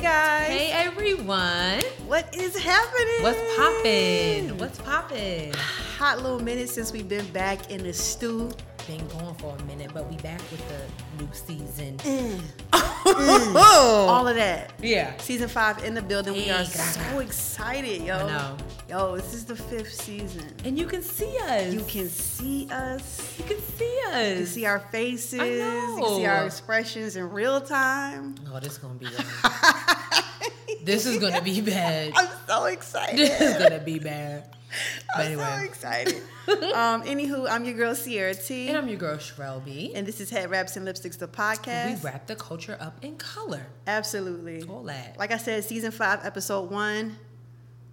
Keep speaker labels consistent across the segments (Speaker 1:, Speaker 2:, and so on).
Speaker 1: guys.
Speaker 2: Hey everyone.
Speaker 1: What is happening?
Speaker 2: What's poppin'? What's poppin'?
Speaker 1: Hot little minute since we've been back in the stew.
Speaker 2: Been gone for a minute, but we back with the new season.
Speaker 1: Mm. All of that.
Speaker 2: Yeah.
Speaker 1: Season five in the building. We are
Speaker 2: Hey, Gaga.
Speaker 1: so excited, yo.
Speaker 2: I know.
Speaker 1: Yo, this is the fifth season.
Speaker 2: And you can see us.
Speaker 1: You can see us.
Speaker 2: You can see
Speaker 1: You can
Speaker 2: us.
Speaker 1: see our faces. You can see
Speaker 2: know.
Speaker 1: our expressions in real time.
Speaker 2: Oh, this is gonna be bad. this is gonna be bad.
Speaker 1: I'm so excited.
Speaker 2: This is gonna be bad. But
Speaker 1: I'm so
Speaker 2: anyway.
Speaker 1: excited. um, anywho, I'm your girl Sierra T.
Speaker 2: And I'm your girl Shrelby.
Speaker 1: And this is Head Wraps and Lipsticks, the podcast.
Speaker 2: We wrap the culture up in color.
Speaker 1: Absolutely.
Speaker 2: All that.
Speaker 1: Like I said, season five, episode one.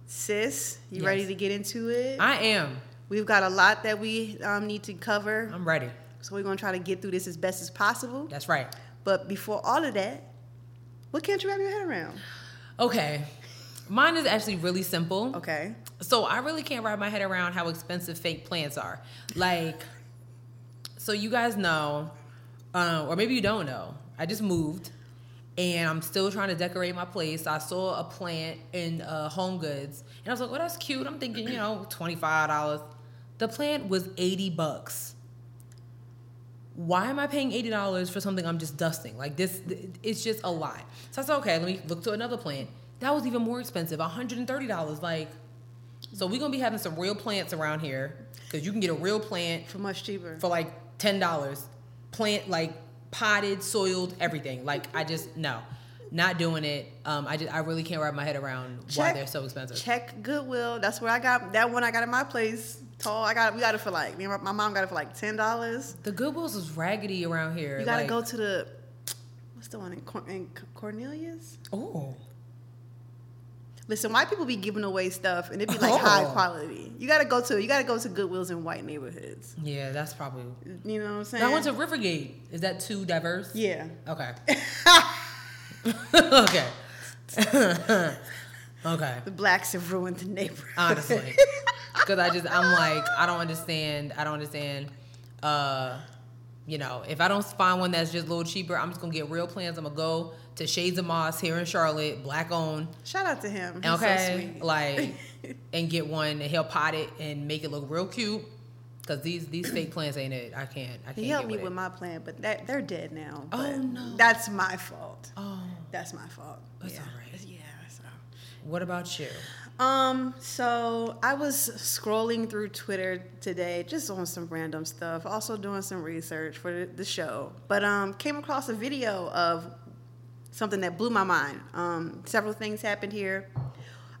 Speaker 1: Sis, you
Speaker 2: Yes.
Speaker 1: ready to get into it?
Speaker 2: I am.
Speaker 1: We've got a lot that we um, need to cover,
Speaker 2: I'm ready.
Speaker 1: so we're gonna try to get through this as best as possible.
Speaker 2: That's right.
Speaker 1: But before all of that, what can't you wrap your head around?
Speaker 2: Okay. Mine is actually really simple.
Speaker 1: Okay.
Speaker 2: So I really can't wrap my head around how expensive fake plants are. Like, so you guys know, uh, or maybe you don't know. I just moved, and I'm still trying to decorate my place. I saw a plant in uh, Home Goods, and I was like, "Oh, that's cute." I'm thinking, you know, twenty five dollars. The plant was eighty bucks. Why am I paying eighty dollars for something I'm just dusting? Like this, th- it's just a lot. So I said, "Okay, let me look to another plant." That was even more expensive, one hundred and thirty dollars. Like. So we're gonna be having some real plants around here because you can get a real plant
Speaker 1: For much cheaper.
Speaker 2: for like ten dollars. Plant like potted, soiled, everything. Like I just no, not doing it. Um, I just I really can't wrap my head around why
Speaker 1: Check-
Speaker 2: they're so expensive.
Speaker 1: Check Goodwill. That's where I got that one. I got at my place. Tall. I got. We got it for like. Me and my, my mom got it for like ten dollars.
Speaker 2: The Goodwills is raggedy around here.
Speaker 1: You gotta
Speaker 2: like,
Speaker 1: go to the. What's the one in, Cor- in Cornelius?
Speaker 2: Oh,
Speaker 1: Listen, white people be giving away stuff and it be like
Speaker 2: Oh.
Speaker 1: high quality. You gotta go to you gotta go to Goodwills in white neighborhoods.
Speaker 2: yeah, that's probably.
Speaker 1: You know what I'm saying?
Speaker 2: I went to Rivergate. Is that too diverse?
Speaker 1: yeah.
Speaker 2: Okay. okay. okay.
Speaker 1: The blacks have ruined the neighborhood.
Speaker 2: honestly because i just i'm like i don't understand i don't understand uh you know if i don't find one that's just a little cheaper i'm just gonna get real plans i'm gonna go to shades of moss here in charlotte black owned
Speaker 1: Shout out to him. He's
Speaker 2: okay
Speaker 1: So sweet.
Speaker 2: like and get one and he'll pot it and make it look real cute because these these fake plants ain't it i can't i can't
Speaker 1: he
Speaker 2: get
Speaker 1: helped
Speaker 2: with
Speaker 1: me
Speaker 2: it.
Speaker 1: with my plan, but that, they're dead now.
Speaker 2: Oh,
Speaker 1: but
Speaker 2: no.
Speaker 1: That's my fault.
Speaker 2: oh
Speaker 1: That's my fault.
Speaker 2: That's
Speaker 1: yeah.
Speaker 2: all right.
Speaker 1: Yeah. So.
Speaker 2: what about you
Speaker 1: Um, so I was scrolling through Twitter today, just on some random stuff, also doing some research for the show, but um, came across a video of something that blew my mind. Um, several things happened here.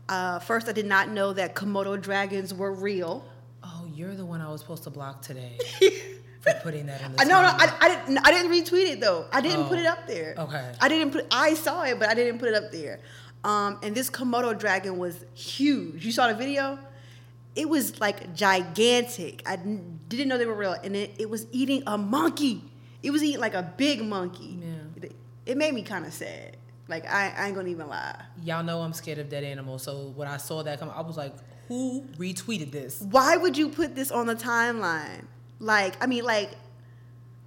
Speaker 1: Uh, first, I did not know that Komodo dragons were real.
Speaker 2: oh you're the one i was supposed to block today for putting that in the
Speaker 1: I no, no,
Speaker 2: timeline.
Speaker 1: I, I didn't. I didn't retweet it though. I didn't
Speaker 2: Oh,
Speaker 1: put it up there.
Speaker 2: okay.
Speaker 1: I didn't put. I saw it, but I didn't put it up there. Um, and this Komodo dragon was huge. You saw the video. It was like gigantic. I n- didn't know they were real, and it, it was eating a monkey. It was eating like a big monkey.
Speaker 2: Yeah.
Speaker 1: It, it made me kind of sad. Like I, I ain't gonna even lie.
Speaker 2: Y'all know I'm scared of dead animals, so when I saw that come, I was like, "Who retweeted this?"
Speaker 1: why would you put this on the timeline? Like, I mean, like,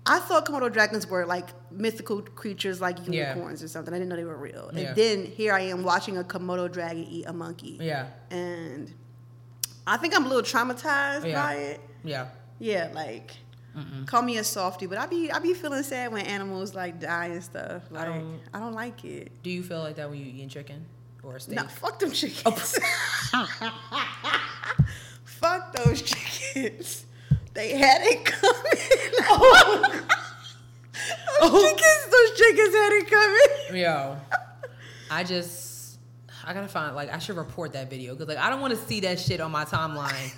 Speaker 1: I thought Komodo dragons were like mythical creatures, like
Speaker 2: Yeah.
Speaker 1: unicorns or something. I didn't know they were real.
Speaker 2: Yeah.
Speaker 1: And then here I am watching a Komodo dragon eat a monkey.
Speaker 2: Yeah,
Speaker 1: And I think I'm a little traumatized
Speaker 2: Yeah.
Speaker 1: by it.
Speaker 2: yeah,
Speaker 1: Yeah, like, call me a softie, but I be I be feeling sad when animals like die and stuff. Like, I don't,
Speaker 2: don't-
Speaker 1: like it.
Speaker 2: Do you feel like that when you eating chicken or a steak?
Speaker 1: Nah, fuck them chickens.
Speaker 2: Oh,
Speaker 1: fuck those chickens. They had it coming.
Speaker 2: Oh.
Speaker 1: those chickens, those chickens had it coming.
Speaker 2: Yo, I just I gotta find like I should report that video because like I don't want to see that shit on my timeline.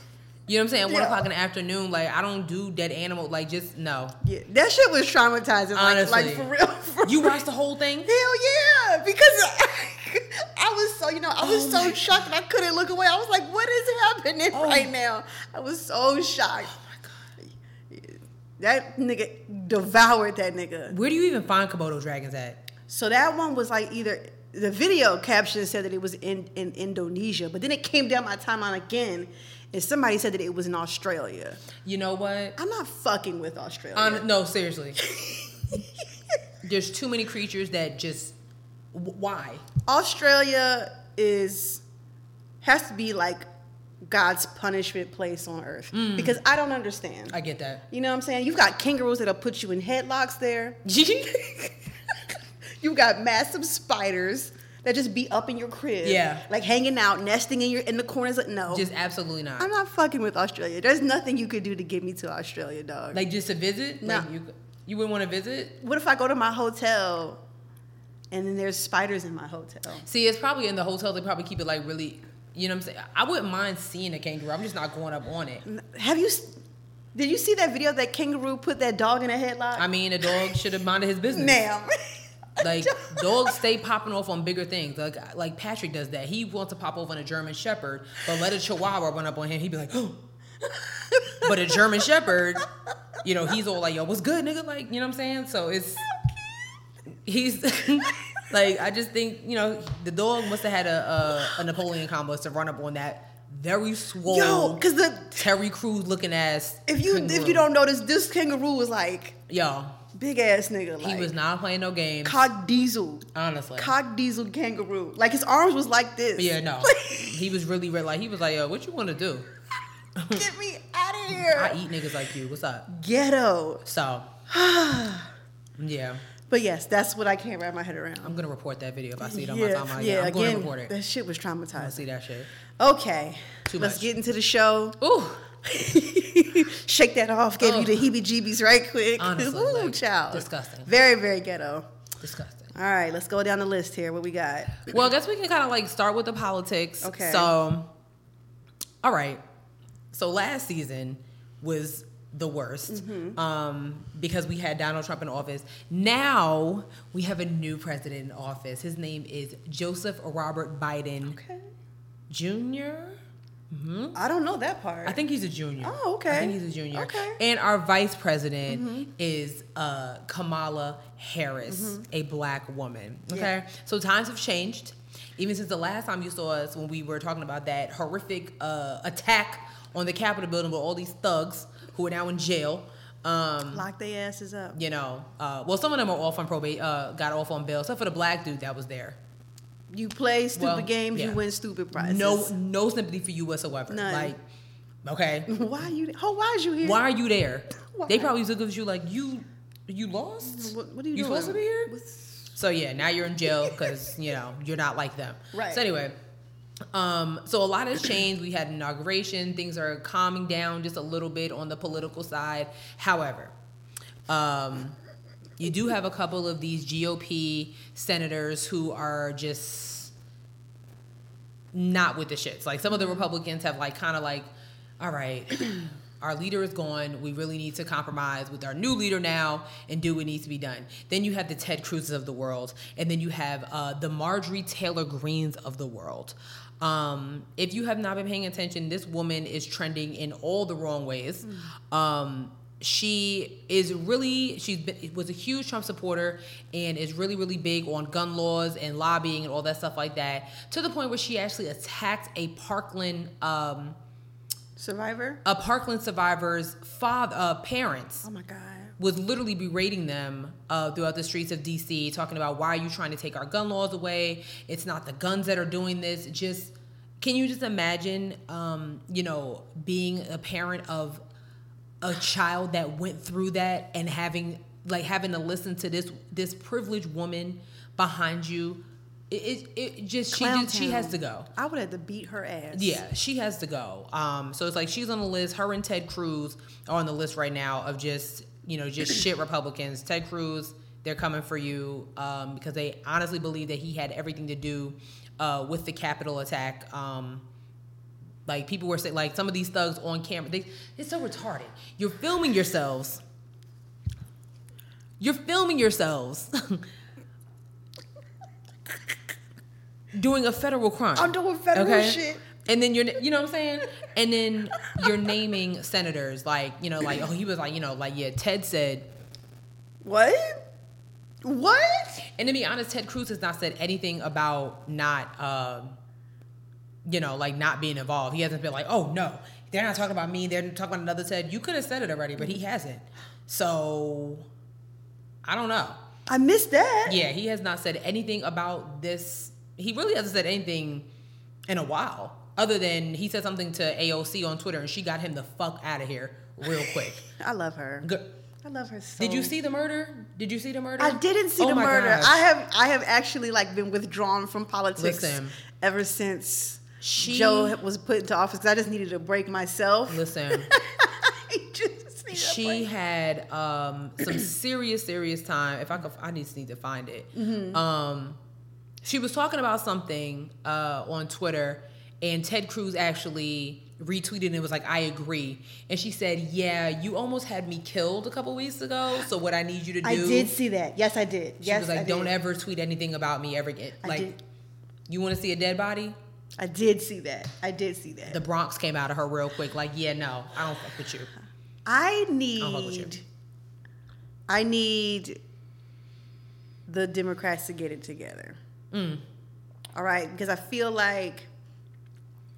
Speaker 2: You know what I'm saying? At One
Speaker 1: Yeah.
Speaker 2: o'clock in the afternoon, like I don't do dead animal. Like just no.
Speaker 1: Yeah, that shit was traumatizing. Like, like
Speaker 2: Honestly.
Speaker 1: for real. For
Speaker 2: You
Speaker 1: real.
Speaker 2: watched the whole thing?
Speaker 1: Hell yeah! Because I, was so, you know, I was
Speaker 2: Oh
Speaker 1: so
Speaker 2: my
Speaker 1: shocked and I couldn't look away. I was like, "What is happening
Speaker 2: Oh.
Speaker 1: right now?" I was so shocked. That nigga devoured that nigga.
Speaker 2: Where do you even find Komodo dragons at?
Speaker 1: So that one was like either the video caption said that it was in, in Indonesia, but then it came down my timeline again, and somebody said that it was in Australia.
Speaker 2: You know what?
Speaker 1: I'm not fucking with Australia.
Speaker 2: Um, no, seriously. There's too many creatures that just W- Why?
Speaker 1: Australia is has to be like God's punishment place on earth because I don't understand.
Speaker 2: Mm. I get that.
Speaker 1: you know what I'm saying? You've got kangaroos that'll put you in headlocks there. you got massive spiders that just be up in your crib.
Speaker 2: Yeah.
Speaker 1: Like hanging out, nesting in your in the corners. Of, no.
Speaker 2: just absolutely not.
Speaker 1: I'm not fucking with Australia. There's nothing you could do to get me to Australia, dog.
Speaker 2: like just to visit?
Speaker 1: No.
Speaker 2: Like you you wouldn't want to visit?
Speaker 1: what if I go to my hotel and then there's spiders in my hotel?
Speaker 2: See, it's probably in the hotel. They probably keep it like really. You know what I'm saying? I wouldn't mind seeing a kangaroo. I'm just not going up on it.
Speaker 1: Have you s- did you see that video of that kangaroo put that dog in a headlock?
Speaker 2: I mean, a dog should have minded his business.
Speaker 1: Ma'am.
Speaker 2: Like dogs stay popping off on bigger things. Like like Patrick does that. He wants to pop off on a German Shepherd, but let a Chihuahua run up on him. He'd be like, oh. but a German Shepherd, you know, he's all like, yo, what's good, nigga? Like, you know what I'm saying? So it's he's like, I just think you know the dog must have had a a, a Napoleon complex to run up on that very swole
Speaker 1: Yo, cause the
Speaker 2: Terry Crews looking ass.
Speaker 1: if you if
Speaker 2: Oh. kangaroo.
Speaker 1: you don't notice, this kangaroo was like
Speaker 2: yo,
Speaker 1: big ass nigga. Like,
Speaker 2: he was not playing no games.
Speaker 1: cock diesel.
Speaker 2: honestly,
Speaker 1: Cock diesel kangaroo. Like his arms was like this.
Speaker 2: Yeah, no. he was really red. Like he was like, "Yo, what you want to do?
Speaker 1: Get me out of
Speaker 2: I
Speaker 1: here.
Speaker 2: eat niggas like you. What's up?"
Speaker 1: Ghetto.
Speaker 2: So, yeah,
Speaker 1: But yes, that's what I can't wrap my head around.
Speaker 2: I'm gonna report that video if I see it on my
Speaker 1: yeah,
Speaker 2: timeline. Yeah,
Speaker 1: yeah,
Speaker 2: I'm gonna report
Speaker 1: again,
Speaker 2: it.
Speaker 1: that shit was
Speaker 2: I
Speaker 1: traumatizing.
Speaker 2: see that shit.
Speaker 1: Okay,
Speaker 2: Too
Speaker 1: let's
Speaker 2: much.
Speaker 1: get into the show.
Speaker 2: Ooh,
Speaker 1: Shake that off. Gave you
Speaker 2: Ugh.
Speaker 1: the heebie-jeebies right quick.
Speaker 2: Oh. Honestly,
Speaker 1: Ooh,
Speaker 2: like,
Speaker 1: child.
Speaker 2: disgusting.
Speaker 1: Very, very ghetto.
Speaker 2: disgusting.
Speaker 1: All right, let's go down the list here. What we got?
Speaker 2: Well, I guess we can kind of like start with the politics.
Speaker 1: Okay.
Speaker 2: So, all right. So last season was the worst
Speaker 1: Mm-hmm.
Speaker 2: um, because we had Donald Trump in office. Now we have a new president in office. His name is Joseph Robert Biden
Speaker 1: Okay.
Speaker 2: Jr.
Speaker 1: I don't know that part.
Speaker 2: I think he's a junior.
Speaker 1: Oh, okay.
Speaker 2: I think he's a junior.
Speaker 1: Okay. Mm-hmm.
Speaker 2: And our vice president is uh, Kamala Harris, a black woman. Okay. So times have changed. Even since the last time you saw us when we were talking about that horrific uh, attack on the Capitol building with all these thugs who are now in jail. Um,
Speaker 1: Lock their asses up.
Speaker 2: you know, uh, well, some of them are off on probate, uh, got off on bail, except for the black dude that was there.
Speaker 1: You play stupid
Speaker 2: Well,
Speaker 1: games, you
Speaker 2: yeah.
Speaker 1: win stupid prizes.
Speaker 2: No, no sympathy for you whatsoever.
Speaker 1: None.
Speaker 2: Like, okay,
Speaker 1: Why you? Oh, why is you here?
Speaker 2: Why are you there?
Speaker 1: Why?
Speaker 2: They probably look at you like you you lost.
Speaker 1: What, what are you,
Speaker 2: You
Speaker 1: doing?
Speaker 2: supposed to be here?
Speaker 1: What's-
Speaker 2: So yeah, now you're in jail because you know you're not like them.
Speaker 1: Right.
Speaker 2: So anyway, um, so a lot has changed. We had inauguration. Things are calming down just a little bit on the political side. However, um, you do have a couple of these GOP senators who are just not with the shits. Like some of the Republicans have like kind of like, all right, our leader is gone. We really need to compromise with our new leader now and do what needs to be done. Then you have the Ted Cruz's of the world, and then you have uh, the Marjorie Taylor Greens of the world. Um, if you have not been paying attention, this woman is trending in all the wrong ways. Um, she is really she's been, was a huge Trump supporter and is really really big on gun laws and lobbying and all that stuff like that to the point where she actually attacked a Parkland um,
Speaker 1: Survivor.
Speaker 2: a Parkland survivor's father uh, parents
Speaker 1: Oh my god.
Speaker 2: was literally berating them uh, throughout the streets of DC talking about why are you trying to take our gun laws away it's not the guns that are doing this just can you just imagine um, you know being a parent of a child that went through that and having like having to listen to this this privileged woman behind you it, it, it just she
Speaker 1: Clown
Speaker 2: just, she
Speaker 1: town.
Speaker 2: has to go
Speaker 1: I would have to beat her ass.
Speaker 2: yeah, she has to go. Um, so it's like she's on the list. Her and Ted Cruz are on the list right now of just you know just shit Republicans. Ted Cruz, they're coming for you um, because they honestly believe that he had everything to do uh, with the Capitol attack. Um, like people were saying, like some of these thugs on camera, they it's so retarded. You're filming yourselves. You're filming yourselves. Doing a federal crime.
Speaker 1: I'm doing federal shit.
Speaker 2: And then you're, you know what I'm saying? And then you're naming senators, like, you know, like, oh, he was like, you know, like, yeah, Ted said,
Speaker 1: What? What?
Speaker 2: and to be honest, Ted Cruz has not said anything about not, um, you know, like not being involved. He hasn't been like, oh no, they're not talking about me. They're talking about another Ted. You could have said it already, but he hasn't. So I don't know.
Speaker 1: I missed that.
Speaker 2: Yeah, he has not said anything about this. He really hasn't said anything in a while, other than he said something to AOC on Twitter, and she got him the fuck out of here real quick.
Speaker 1: I love her.
Speaker 2: Good.
Speaker 1: I love her so.
Speaker 2: Did you see the murder? Did you see the murder?
Speaker 1: I didn't see
Speaker 2: Oh
Speaker 1: the
Speaker 2: my
Speaker 1: murder.
Speaker 2: gosh.
Speaker 1: I have I have actually like been withdrawn from politics
Speaker 2: Listen.
Speaker 1: ever since
Speaker 2: She-
Speaker 1: Joe was put into office. 'cause I just needed a break myself.
Speaker 2: Listen,
Speaker 1: I just needed a
Speaker 2: she
Speaker 1: break.
Speaker 2: had um, some serious, serious time. If I could, I just need to find it.
Speaker 1: Mm-hmm.
Speaker 2: Um, she was talking about something uh, on Twitter, and Ted Cruz actually retweeted and was like, "I agree." And she said, "Yeah, you almost had me killed a couple weeks ago. So what I need you to do?"
Speaker 1: I did see that. Yes, I did.
Speaker 2: She
Speaker 1: yes,
Speaker 2: was like,
Speaker 1: I
Speaker 2: "Don't
Speaker 1: did.
Speaker 2: ever tweet anything about me ever again."
Speaker 1: I
Speaker 2: Like,
Speaker 1: did.
Speaker 2: you want to see a dead body?
Speaker 1: I did see that. I did see that.
Speaker 2: The Bronx came out of her real quick. Like, yeah, no, I don't fuck with you.
Speaker 1: I
Speaker 2: fuck with you.
Speaker 1: need. I need the Democrats to get it together. All right, because I feel like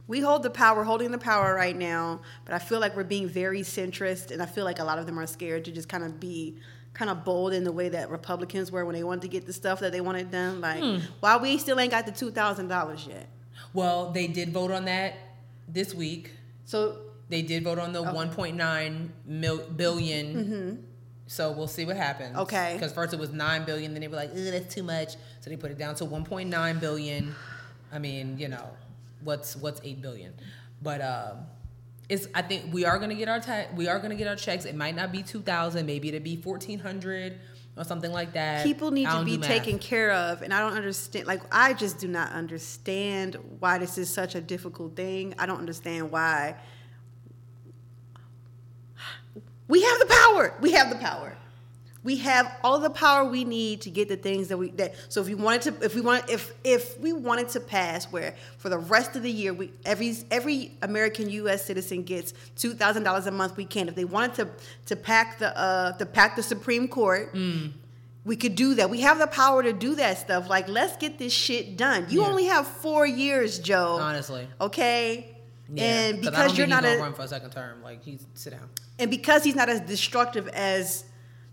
Speaker 1: we hold the power, holding the power right now, but I feel like we're being very centrist, and I feel like a lot of them are scared to just kind of be kind of bold in the way that Republicans were when they wanted to get the stuff that they wanted done. Like, why we still ain't got the two thousand dollars yet?
Speaker 2: Well, they did vote on that this week.
Speaker 1: So
Speaker 2: They did vote on the 1.9 mil- billion. So we'll see what happens.
Speaker 1: Mm-hmm. Okay.
Speaker 2: Because first it was nine billion, then they were like, "Ugh, that's too much." So they put it down to 1.9 billion. I mean, you know, what's what's eight billion? But um, it's I think we are gonna get our ta- we are gonna get our checks. It might not be 2,000, maybe it'll be 1,400 or something like that.
Speaker 1: people need
Speaker 2: I
Speaker 1: to
Speaker 2: don't
Speaker 1: be
Speaker 2: do math.
Speaker 1: taken care of and i don't understand like i just do not understand why this is such a difficult thing i don't understand why we have the power we have the power we have all the power we need to get the things that we that so if we wanted to if we want if if we wanted to pass where for the rest of the year we every every American US citizen gets two thousand dollars a month we can if they wanted to to pack the uh to pack the Supreme Court
Speaker 2: Mm.
Speaker 1: we could do that. We have the power to do that stuff. Like, let's get this shit done. You
Speaker 2: Yeah.
Speaker 1: only have four years, Joe.
Speaker 2: honestly.
Speaker 1: Okay.
Speaker 2: Yeah.
Speaker 1: And
Speaker 2: 'Cause I don't
Speaker 1: because
Speaker 2: think
Speaker 1: you're
Speaker 2: he's
Speaker 1: not
Speaker 2: gonna
Speaker 1: a,
Speaker 2: run for a second term, like he's sit down.
Speaker 1: and because he's not as destructive as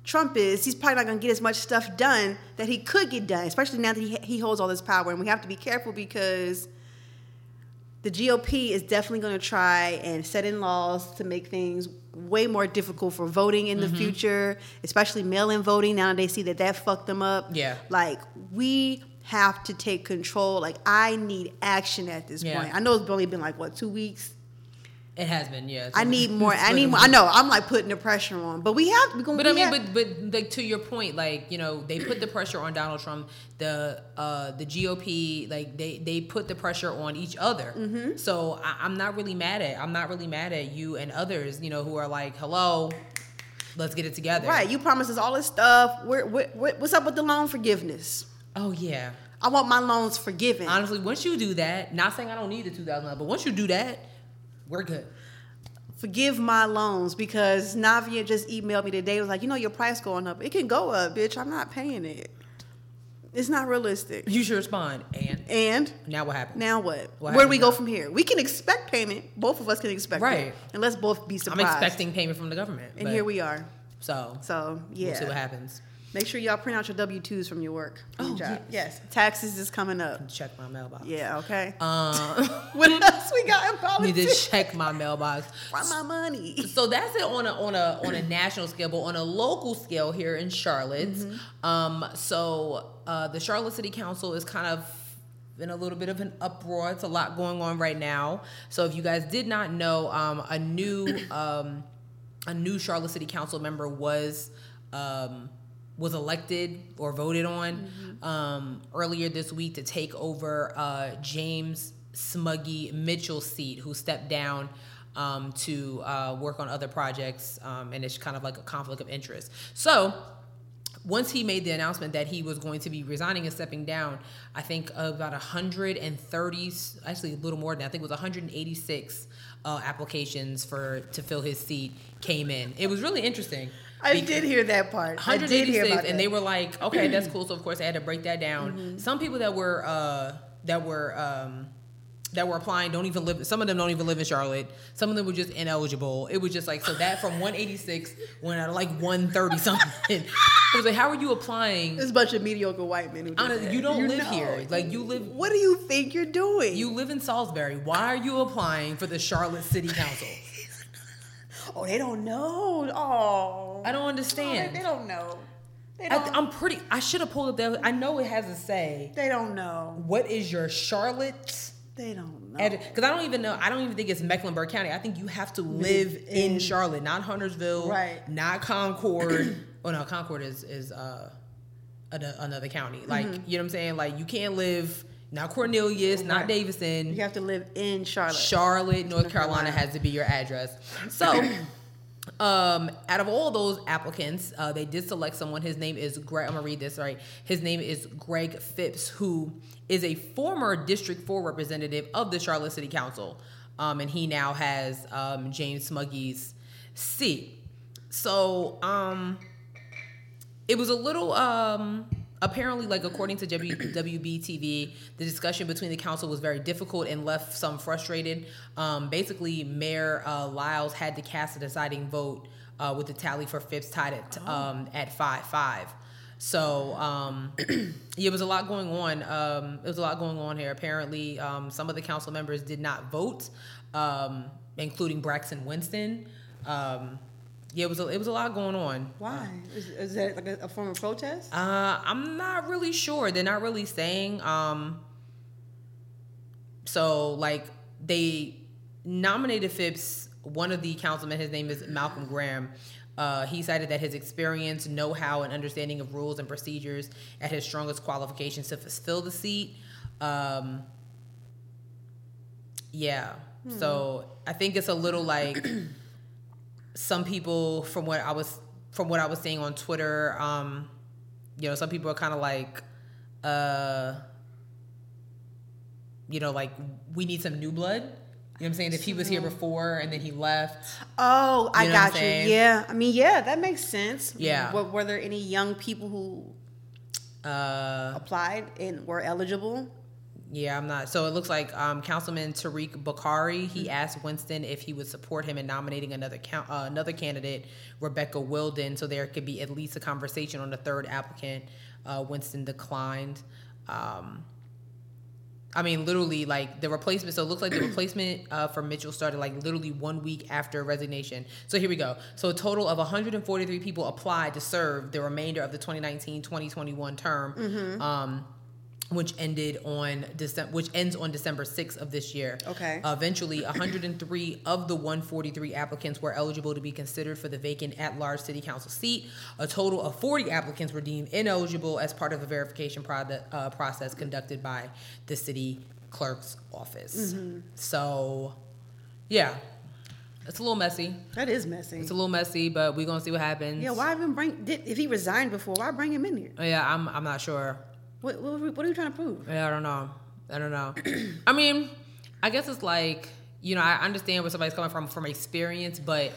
Speaker 1: Trump is, he's probably not going to get as much stuff done that he could get done, especially now that he, he holds all this power. And we have to be careful because the GOP is definitely going to try and set in laws to make things way more difficult for voting in
Speaker 2: Mm-hmm.
Speaker 1: the future, especially mail in voting. Now they see that that fucked them up.
Speaker 2: Yeah.
Speaker 1: Like, we have to take control. Like, I need action at this
Speaker 2: Yeah.
Speaker 1: point. I know it's only been like, what, two weeks?
Speaker 2: It has been, yeah.
Speaker 1: I need more.
Speaker 2: It's
Speaker 1: I need.
Speaker 2: literally-
Speaker 1: More, I know. I'm like putting the pressure on, but we have. We're gonna.
Speaker 2: But
Speaker 1: we
Speaker 2: I mean,
Speaker 1: have-
Speaker 2: but but like to your point, like you know, they put the pressure on Donald Trump. The uh the GOP, like they they put the pressure on each other.
Speaker 1: Mm-hmm.
Speaker 2: So I, I'm not really mad at I'm not really mad at you and others, you know, who are like, hello, let's get it together.
Speaker 1: right, you promised us all this stuff. Where, where, where- what's up with the loan forgiveness?
Speaker 2: Oh yeah.
Speaker 1: I want my loans forgiven.
Speaker 2: Honestly, once you do that, not saying I don't need the two thousand dollars, but once you do that, we're good.
Speaker 1: Forgive my loans because Navia just emailed me today. Was like, you know, your price going up. It can go up, bitch. I'm not paying it. It's not realistic.
Speaker 2: You should respond. And
Speaker 1: And
Speaker 2: now what happened?
Speaker 1: now what?
Speaker 2: What
Speaker 1: Where do we
Speaker 2: happens
Speaker 1: go from here? We can expect payment. Both of us can expect it.
Speaker 2: Right.
Speaker 1: and let's both be
Speaker 2: I'm
Speaker 1: surprised.
Speaker 2: expecting payment from the government.
Speaker 1: And here we are.
Speaker 2: so
Speaker 1: So yeah.
Speaker 2: we'll see what happens.
Speaker 1: Make sure y'all print out your W twos from your work. from your
Speaker 2: Oh,
Speaker 1: job.
Speaker 2: yes.
Speaker 1: Taxes is coming up.
Speaker 2: Check my mailbox.
Speaker 1: Yeah, okay.
Speaker 2: Um,
Speaker 1: what else we got in
Speaker 2: need to
Speaker 1: politics?
Speaker 2: check my mailbox.
Speaker 1: Why my money?
Speaker 2: So that's it on a on a on a national scale, but on a local scale here in Charlotte. Um, so uh, the Charlotte City Council is kind of in a little bit of an uproar. It's a lot going on right now. So if you guys did not know, um, a new um, a new Charlotte City Council member was um, was elected or voted on um, earlier this week to take over uh, James Smuggy Mitchell's seat, who stepped down um, to uh, work on other projects, um, and it's kind of like a conflict of interest. So. Once he made the announcement that he was going to be resigning and stepping down, I think about 130, actually a little more than that, I think it was 186 uh, applications for to fill his seat came in. It was really interesting.
Speaker 1: I
Speaker 2: because-
Speaker 1: did hear that part. I did hear
Speaker 2: 186,
Speaker 1: about
Speaker 2: and they
Speaker 1: that. Mm-hmm.
Speaker 2: were like, okay, that's cool. So of course, I had to break that down. Some people that were uh, that were um, that were applying don't even live. Some of them don't even live in Charlotte. Some of them were just ineligible. It was just like so that from 186 went out of like 130 something. it was like, how are you applying?
Speaker 1: It's a bunch of mediocre white men. Who do
Speaker 2: Honestly,
Speaker 1: that.
Speaker 2: you don't live
Speaker 1: know.
Speaker 2: here. Like you live
Speaker 1: What do you think you're doing?
Speaker 2: you live in Salisbury. Why are you applying for the Charlotte City Council?
Speaker 1: oh, they don't know. Oh,
Speaker 2: I don't
Speaker 1: Oh, they,
Speaker 2: understand.
Speaker 1: they don't know. They
Speaker 2: I
Speaker 1: don't.
Speaker 2: th- I'm pretty. I should have pulled up that. I know it has to say
Speaker 1: they don't know.
Speaker 2: what is your Charlotte.
Speaker 1: They don't know.
Speaker 2: Because I don't even know. I don't even think it's Mecklenburg County. I think you have to live in,
Speaker 1: in-
Speaker 2: Charlotte, not Huntersville,
Speaker 1: Right.
Speaker 2: Not Concord. oh no, Concord is is uh ano- another county. Like
Speaker 1: Mm-hmm.
Speaker 2: you know what I'm saying. Like you can't live not Cornelius, not
Speaker 1: Right.
Speaker 2: Davison.
Speaker 1: you have to live in Charlotte.
Speaker 2: Charlotte, North Carolina
Speaker 1: Carolina.
Speaker 2: has to be your address. So, um, out of all those applicants, uh, they did select someone. His name is Greg. I'm gonna read this right. His name is Greg Phipps, who is a former District Four representative of the Charlotte City Council, um, and he now has um, James Smuggy's seat. So, um, it was a little um apparently like according to w- wbtv the discussion between the council was very difficult and left some frustrated um basically mayor uh, lyles had to cast a deciding vote uh, with the tally for phipps tied at um at five five so um yeah, it was a lot going on um it was a lot going on here apparently um some of the council members did not vote um including braxton winston um yeah, it was a, it was a lot going on.
Speaker 1: Why? Is, is that like a, a form of protest?
Speaker 2: Uh, I'm not really sure. They're not really saying. Um, so like they nominated Phipps. One of the councilmen, his name is Malcolm Graham. Uh, he cited that his experience, know-how, and understanding of rules and procedures at his strongest qualifications to fulfill the seat. Um, yeah. So I think it's a little like some people from what I was from what I was seeing on Twitter, um, you know, some people are kind of like, uh, you know, like we need some new blood. You know what I'm saying? If he was here before and then he left,
Speaker 1: oh, I
Speaker 2: You know what I'm
Speaker 1: got you.
Speaker 2: saying?
Speaker 1: Yeah, I mean, yeah, that makes sense.
Speaker 2: Yeah.
Speaker 1: Were, were there any young people who
Speaker 2: uh,
Speaker 1: applied and were eligible?
Speaker 2: yeah, I'm not. So it looks like um, Councilman Tariq Bakari he asked Winston if he would support him in nominating another count, uh, another candidate, Rebecca Wilden, so there could be at least a conversation on the third applicant. Uh, Winston declined. Um, I mean, literally, like the replacement. So it looks like the replacement uh, for Mitchell started like literally one week after resignation. So here we go. So a total of 143 people applied to serve the remainder of the 2019-2021 term, um, which ended on December, which ends on December 6th of this year. Uh,
Speaker 1: Okay.
Speaker 2: Eventually, 103 of the 143 applicants were eligible to be considered for the vacant at-large city council seat. A total of 40 applicants were deemed ineligible as part of a verification prod- uh, process conducted by the city clerk's office.
Speaker 1: Mm-hmm.
Speaker 2: So, yeah, it's a little messy.
Speaker 1: That is messy.
Speaker 2: It's a little messy, but we're gonna see what happens.
Speaker 1: Yeah, why even bring? Did, if he resigned before, why bring him in here?
Speaker 2: Yeah, I'm. I'm not sure.
Speaker 1: What, what, what are you trying to prove?
Speaker 2: Yeah, I don't know. I don't know. I mean, I guess it's like you know I understand where somebody's coming from from experience, but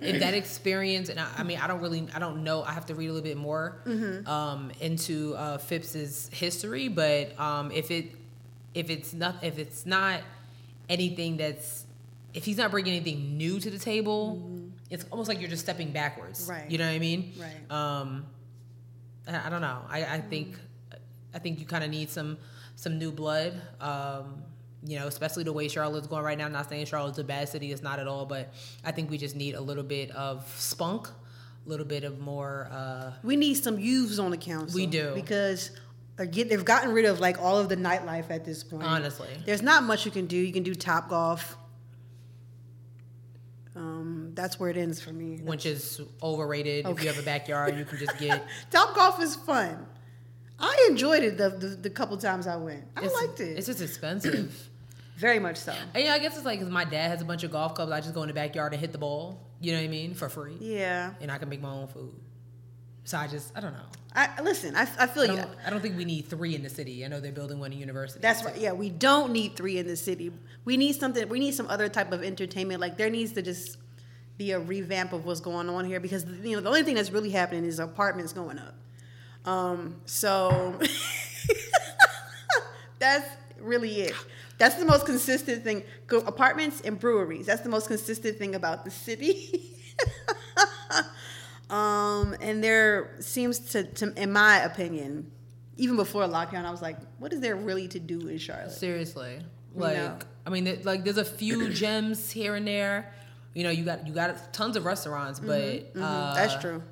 Speaker 2: if that experience and I, I mean I don't really I don't know I have to read a little bit more um, into uh, Phipps's history, but um, if it if it's not if it's not anything that's if he's not bringing anything new to the table, it's almost like you're just stepping backwards.
Speaker 1: Right.
Speaker 2: You know what I mean?
Speaker 1: Right.
Speaker 2: Um, I, I don't know. I, I think I think you kind of need some some new blood. Um, you know, especially the way Charlotte's going right now. I'm not saying Charlotte's a bad city; it's not at all. But I think we just need a little bit of spunk, a little bit of more. Uh,
Speaker 1: We need some youths on the council.
Speaker 2: We do.
Speaker 1: because they're get, they've gotten rid of like all of the nightlife at this point.
Speaker 2: honestly,
Speaker 1: There's not much you can do. You can do top golf. Um, that's where it ends for me.
Speaker 2: which is overrated. If you have a backyard, you can just get.
Speaker 1: Top golf is fun. I enjoyed it the, the, the couple times I went. I
Speaker 2: it's-
Speaker 1: liked it
Speaker 2: It's just expensive.
Speaker 1: very much so.
Speaker 2: And yeah, I guess it's like 'cause my dad has a bunch of golf clubs. I just go in the backyard and hit the ball. You know what I mean? For free,
Speaker 1: Yeah,
Speaker 2: and I can make my own food. So I just I don't know.
Speaker 1: I listen. I, I feel
Speaker 2: I
Speaker 1: you.
Speaker 2: don't, I don't think we need three in the city. I know they're building one in university.
Speaker 1: That's right. Yeah, we don't need three in the city. We need something. We need some other type of entertainment. Like there needs to just be a revamp of what's going on here because you know the only thing that's really happening is apartments going up. Um, so that's really it. That's the most consistent thing. Go, apartments and breweries. That's the most consistent thing about the city. um, and there seems to, to, in my opinion, even before lockdown, I was like, what is there really to do in Charlotte?
Speaker 2: Seriously,
Speaker 1: You
Speaker 2: like
Speaker 1: know.
Speaker 2: I mean, there- like there's a few gems here and there. You know, you got you got tons of restaurants, but
Speaker 1: Mhm,
Speaker 2: uh,
Speaker 1: That's true.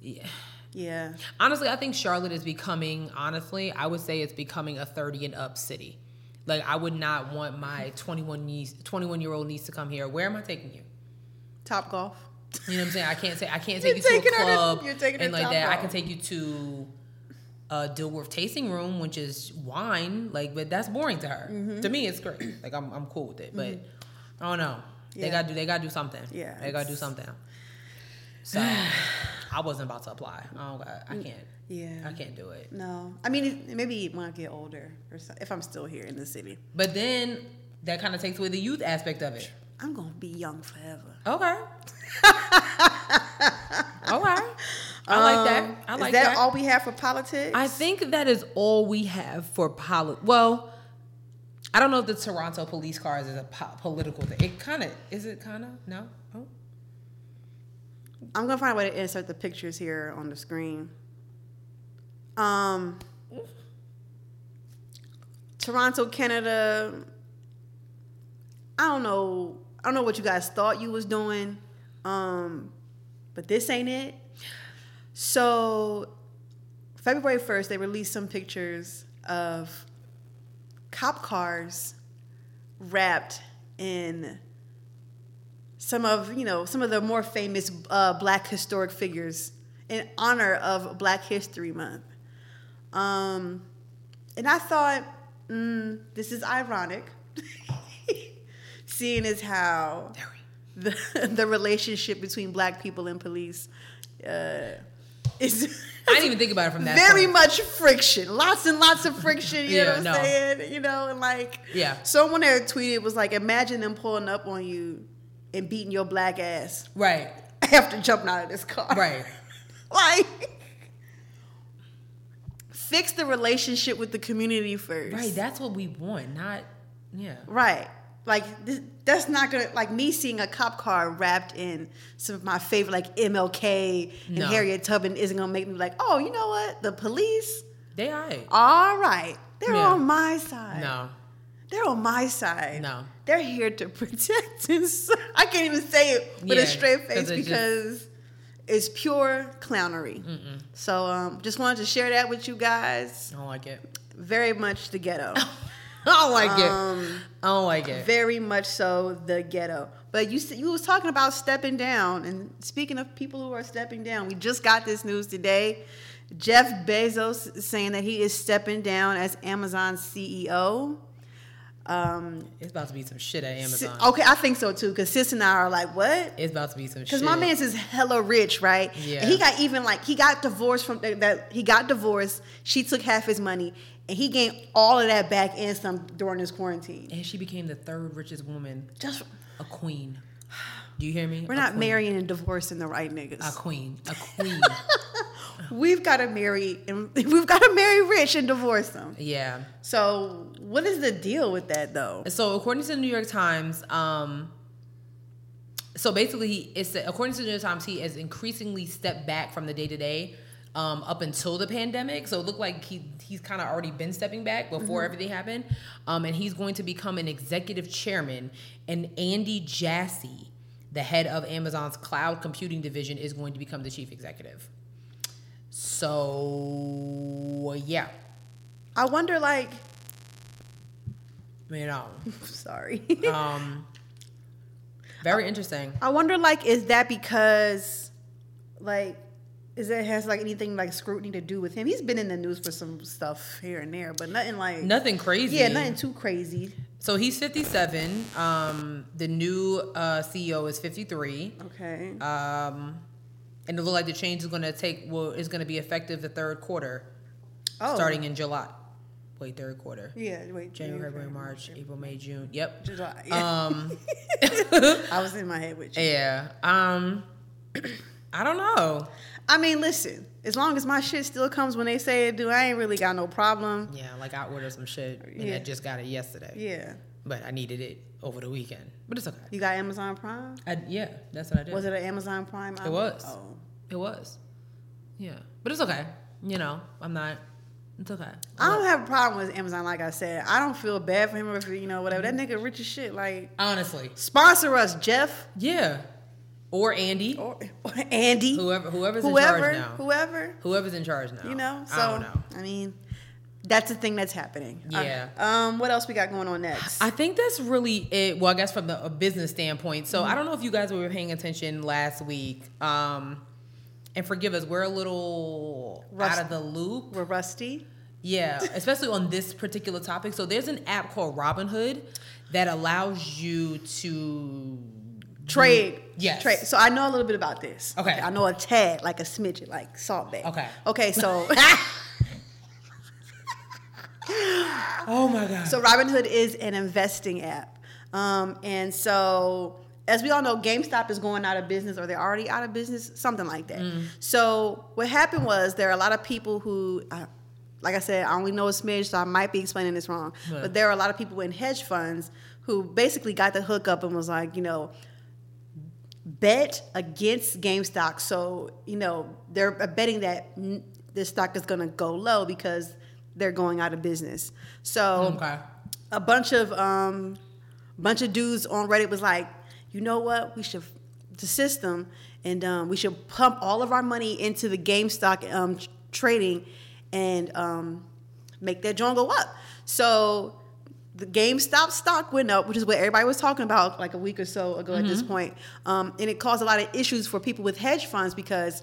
Speaker 2: yeah.
Speaker 1: Yeah.
Speaker 2: honestly, I think Charlotte is becoming. Honestly, I would say it's becoming a thirty and up city. Like I would not want my 21 niece, 21 year old niece to come here. Where am I taking you?
Speaker 1: Top golf.
Speaker 2: You know what I'm saying? I can't say I can't
Speaker 1: You're
Speaker 2: take you to
Speaker 1: taking
Speaker 2: a
Speaker 1: her to-
Speaker 2: club
Speaker 1: you're taking her
Speaker 2: and
Speaker 1: to
Speaker 2: like that. I
Speaker 1: Topgolf.
Speaker 2: can take you to a Dilworth tasting room, which is wine. Like, but that's boring to her.
Speaker 1: Mm-hmm.
Speaker 2: To me, it's great. Like I'm I'm cool with it. But I don't know. They
Speaker 1: Yeah.
Speaker 2: gotta do they gotta do something.
Speaker 1: Yeah,
Speaker 2: They gotta do
Speaker 1: it's-
Speaker 2: something. So I wasn't about to apply. I don't got I can't
Speaker 1: Mm. Yeah.
Speaker 2: I can't do it.
Speaker 1: No. I mean, it- maybe when I get older or so, if I'm still here in the city,
Speaker 2: But then that kind of takes away the youth aspect of it.
Speaker 1: I'm going to be young forever.
Speaker 2: Okay. All right. I like
Speaker 1: Um,
Speaker 2: that. I like
Speaker 1: is that,
Speaker 2: that.
Speaker 1: all we have for politics?
Speaker 2: I think that is all we have for poli. Well, I don't know if the Toronto police cars is a po- political thing. It kind of is. It kind of no. Oh.
Speaker 1: I'm gonna find a way to insert the pictures here on the screen. Um, Toronto, Canada. I don't know. I don't know what you guys thought you was doing, um, but this ain't it. So, February first, they released some pictures of cop cars wrapped in some of you know some of the more famous uh, black historic figures in honor of Black History Month. Um, and I thought, mm, this is ironic, seeing as how
Speaker 2: There we-
Speaker 1: the, the relationship between black people and police uh, is
Speaker 2: I didn't even think about it from that.
Speaker 1: very
Speaker 2: point.
Speaker 1: much friction. Lots and lots of friction. You
Speaker 2: Yeah,
Speaker 1: know what I'm
Speaker 2: no.
Speaker 1: saying? You know, and like
Speaker 2: Yeah.
Speaker 1: someone there tweeted was like, imagine them pulling up on you and beating your black ass
Speaker 2: Right.
Speaker 1: after jumping out of this car.
Speaker 2: Right.
Speaker 1: Like fix the relationship with the community first.
Speaker 2: Right. That's what we want. Not. Yeah.
Speaker 1: Right. Like this, that's not gonna like me seeing a cop car wrapped in some of my favorite like MLK and
Speaker 2: No.
Speaker 1: Harriet Tubman isn't gonna make me like, oh, you know what? The police
Speaker 2: They are. Right.
Speaker 1: all right. They're
Speaker 2: Yeah.
Speaker 1: on my side.
Speaker 2: No.
Speaker 1: They're on my side.
Speaker 2: No.
Speaker 1: They're here to protect us. I can't even say it with
Speaker 2: Yeah,
Speaker 1: a straight
Speaker 2: 'cause
Speaker 1: face
Speaker 2: it just-
Speaker 1: because it's pure clownery. So um, just wanted to share that with you guys.
Speaker 2: I don't like it.
Speaker 1: Very much the ghetto.
Speaker 2: I don't like it.
Speaker 1: Um,
Speaker 2: I don't like it.
Speaker 1: Very much so the ghetto. But you s- you was talking about stepping down, and speaking of people who are stepping down, we just got this news today. Jeff Bezos is saying that he is stepping down as Amazon CEO. Um,
Speaker 2: It's about to be some shit at
Speaker 1: si- oh.
Speaker 2: Amazon.
Speaker 1: okay, I think so too, because Sis and I are like, what?
Speaker 2: It's about to be some shit.
Speaker 1: Because my man's is hella rich, right?
Speaker 2: Yeah.
Speaker 1: And he got even like he got divorced from that. He got divorced. She took half his money, and he gained all of that back and some during this quarantine.
Speaker 2: And she became the third richest woman,
Speaker 1: Just
Speaker 2: a queen. Do you hear me?
Speaker 1: We're
Speaker 2: A
Speaker 1: not
Speaker 2: queen.
Speaker 1: marrying and divorcing the right
Speaker 2: A
Speaker 1: niggas.
Speaker 2: queen. A queen.
Speaker 1: We've got to marry and we've got to marry rich and divorce them.
Speaker 2: yeah.
Speaker 1: So what is the deal with that though?
Speaker 2: So according to the New York Times, um, so basically, he it's according to the New York Times, he has increasingly stepped back from the day to day. Um, up until the pandemic, so it looked like he he's kind of already been stepping back before everything happened, um, and he's going to become an executive chairman. And Andy Jassy, the head of Amazon's cloud computing division, is going to become the chief executive. So yeah,
Speaker 1: I wonder like
Speaker 2: you know,
Speaker 1: sorry.
Speaker 2: um, very interesting.
Speaker 1: I wonder like is that because like is it has like anything like scrutiny to do with him? He's been in the news for some stuff here and there, but nothing like
Speaker 2: Nothing crazy.
Speaker 1: Yeah, nothing too crazy.
Speaker 2: So he's 57. Um, the new uh, CEO is 53.
Speaker 1: Okay.
Speaker 2: Um, and it looks like the change is going to take well is going to be effective the third quarter,
Speaker 1: oh.
Speaker 2: starting in July. Wait, third quarter.
Speaker 1: Yeah, wait.
Speaker 2: January, February, March, April, May, June. Yep.
Speaker 1: July.
Speaker 2: Um,
Speaker 1: I was in my head with you.
Speaker 2: yeah. Um, I don't know.
Speaker 1: I mean, listen, as long as my shit still comes when they say it do, I ain't really got no problem.
Speaker 2: Yeah, like I ordered some shit and
Speaker 1: Yeah.
Speaker 2: I just got it yesterday,
Speaker 1: Yeah.
Speaker 2: but I needed it over the weekend. But it's okay.
Speaker 1: You got Amazon Prime?
Speaker 2: I, yeah, that's what I did.
Speaker 1: Was it an Amazon Prime? It
Speaker 2: was.
Speaker 1: Oh.
Speaker 2: It was. Yeah. But it's okay. You know, I'm not. It's okay.
Speaker 1: I don't have a problem with Amazon, like I said. I don't feel bad for him or for, you know, whatever. That nigga rich as shit. Like,
Speaker 2: Honestly.
Speaker 1: sponsor us, Jeff
Speaker 2: Yeah. Or Andy.
Speaker 1: or, or Andy,
Speaker 2: Whoever whoever's in
Speaker 1: whoever,
Speaker 2: charge now.
Speaker 1: whoever,
Speaker 2: Whoever's in charge now.
Speaker 1: you know? So,
Speaker 2: I don't know.
Speaker 1: mean, that's the thing that's happening. All right.
Speaker 2: Yeah.
Speaker 1: Um, what else we got going on next?
Speaker 2: I think that's really it. Well, I guess from the, a business standpoint. So I don't know if you guys were paying attention last week. Um, and forgive us, we're a little
Speaker 1: Rust-
Speaker 2: out of the loop.
Speaker 1: We're rusty.
Speaker 2: Yeah, especially on this particular topic. So there's an app called Robinhood that allows you to
Speaker 1: Trade.
Speaker 2: Mm. Yes.
Speaker 1: Trade. So I know a little bit about this.
Speaker 2: Okay.
Speaker 1: I know a tad, like a smidget, like salt bay.
Speaker 2: Okay.
Speaker 1: Okay, so Ah.
Speaker 2: Oh my god.
Speaker 1: so Robinhood is an investing app. Um, and so as we all know, GameStop is going out of business or they're already out of business, something like that. So what happened was there are a lot of people who uh, like I said, I only know a smidge, so I might be explaining this wrong.
Speaker 2: Right.
Speaker 1: But there are a lot of people in hedge funds who basically got the hookup and was like, you know, bet against GameStop. So, you know, they're uh, betting that n- this stock is going to go low because they're going out of business. So,
Speaker 2: okay.
Speaker 1: a bunch of um bunch of dudes on Reddit was like, "You know what? We should the system and um, we should pump all of our money into the GameStop um tr- trading and um make that joint go up." So the GameStop stock went up, which is what everybody was talking about like a week or so ago at this point. Um, and it caused a lot of issues for people with hedge funds because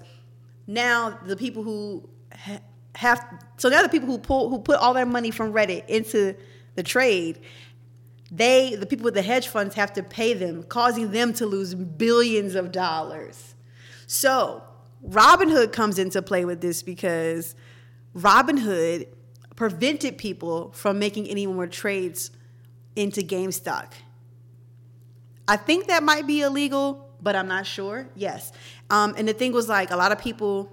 Speaker 1: now the people who ha- have so now the people who pull who put all their money from Reddit into the trade, they the people with the hedge funds have to pay them, causing them to lose billions of dollars. So Robinhood comes into play with this because Robinhood prevented people from making any more trades into GameStop. I think that might be illegal, but I'm not sure. Yes. Um, and the thing was like a lot of people,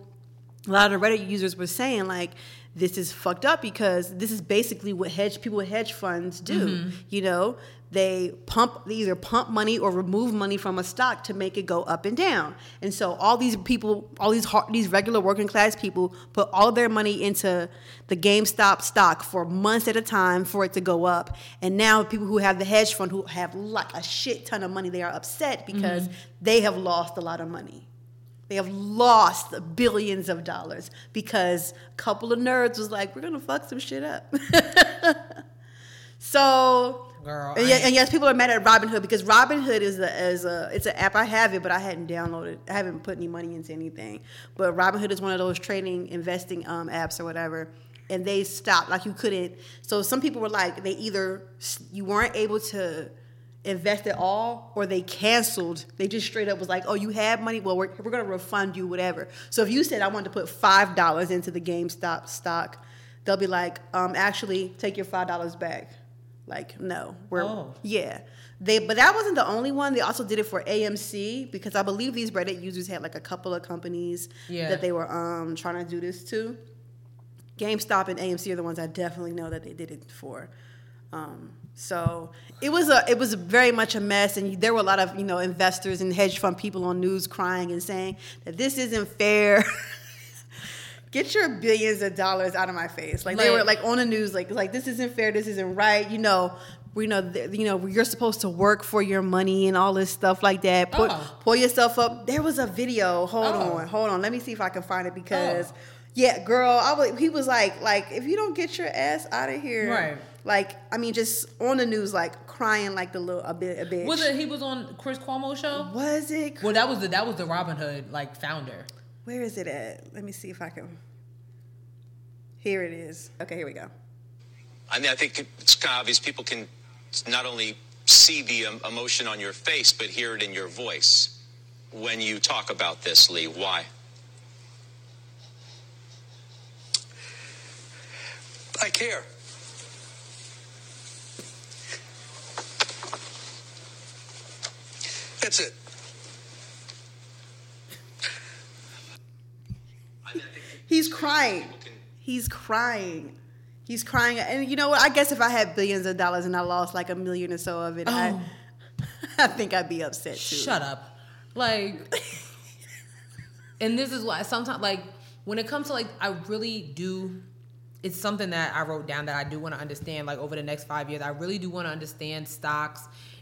Speaker 1: a lot of the Reddit users were saying like, this is fucked up because this is basically what hedge people with hedge funds do. You know, they pump they either pump money or remove money from a stock to make it go up and down. And so all these people, all these hard, these regular working class people put all their money into the GameStop stock for months at a time for it to go up. And now people who have the hedge fund who have like a shit ton of money, they are upset because they have lost a lot of money. They have lost billions of dollars because a couple of nerds was like, "We're gonna fuck some shit up." so,
Speaker 2: Girl,
Speaker 1: and,
Speaker 2: I
Speaker 1: yeah,
Speaker 2: ain't-
Speaker 1: and yes, people are mad at Robinhood because Robinhood is the is a it's an app I have it, but I hadn't downloaded, I haven't put any money into anything. But Robinhood is one of those trading, investing um, apps or whatever, and they stopped like you couldn't. So some people were like, they either s- you weren't able to invest at all or they canceled they just straight up was like oh you have money well we're, we're going to refund you whatever so if you said i wanted to put five dollars into the gamestop stock they'll be like um actually take your five dollars back like no we're
Speaker 2: Oh.
Speaker 1: yeah they but that wasn't the only one they also did it for amc because i believe these reddit users had like a couple of companies
Speaker 2: Yeah.
Speaker 1: that they were um trying to do this to GameStop and AMC are the ones I definitely know that they did it for. Um, so it was a it was very much a mess, and there were a lot of you know investors and hedge fund people on news crying and saying that this isn't fair. Get your billions of dollars out of my face! Like, they were
Speaker 2: Like-
Speaker 1: like on the news, like like this isn't fair, this isn't right. You know, we know th- you know you're supposed to work for your money and all this stuff like that. Pull,
Speaker 2: Oh.
Speaker 1: pull yourself up. There was a video. Hold
Speaker 2: Oh.
Speaker 1: on, hold on. Let me see if I can find it because
Speaker 2: Oh.
Speaker 1: yeah, girl, I was, he was like, like if you don't get your ass out of here,
Speaker 2: Right.
Speaker 1: Like, I mean, just on the news, like crying like the little a bit, a bitch.
Speaker 2: Was it he was on Chris Cuomo show?
Speaker 1: Was it?
Speaker 2: Well, that was the that was the Robin Hood like founder.
Speaker 1: Where is it at? Let me see if I can. Here it is. Okay, here we go.
Speaker 3: I mean, I think it's kind of obvious people can not only see the um, emotion on your face, but hear it in your voice when you talk about this, Lee. Why?
Speaker 4: I care. That's it.
Speaker 1: he's crying. He's crying. He's crying. And you know what? I guess if I had billions of dollars and I lost like a million or so of it, I, I think I'd be upset too.
Speaker 2: Oh. Shut up. Like, and this is why sometimes, like, when it comes to, like, I really do, it's something that I wrote down that I do want to understand, like, over the next five years. I really do want to understand stocks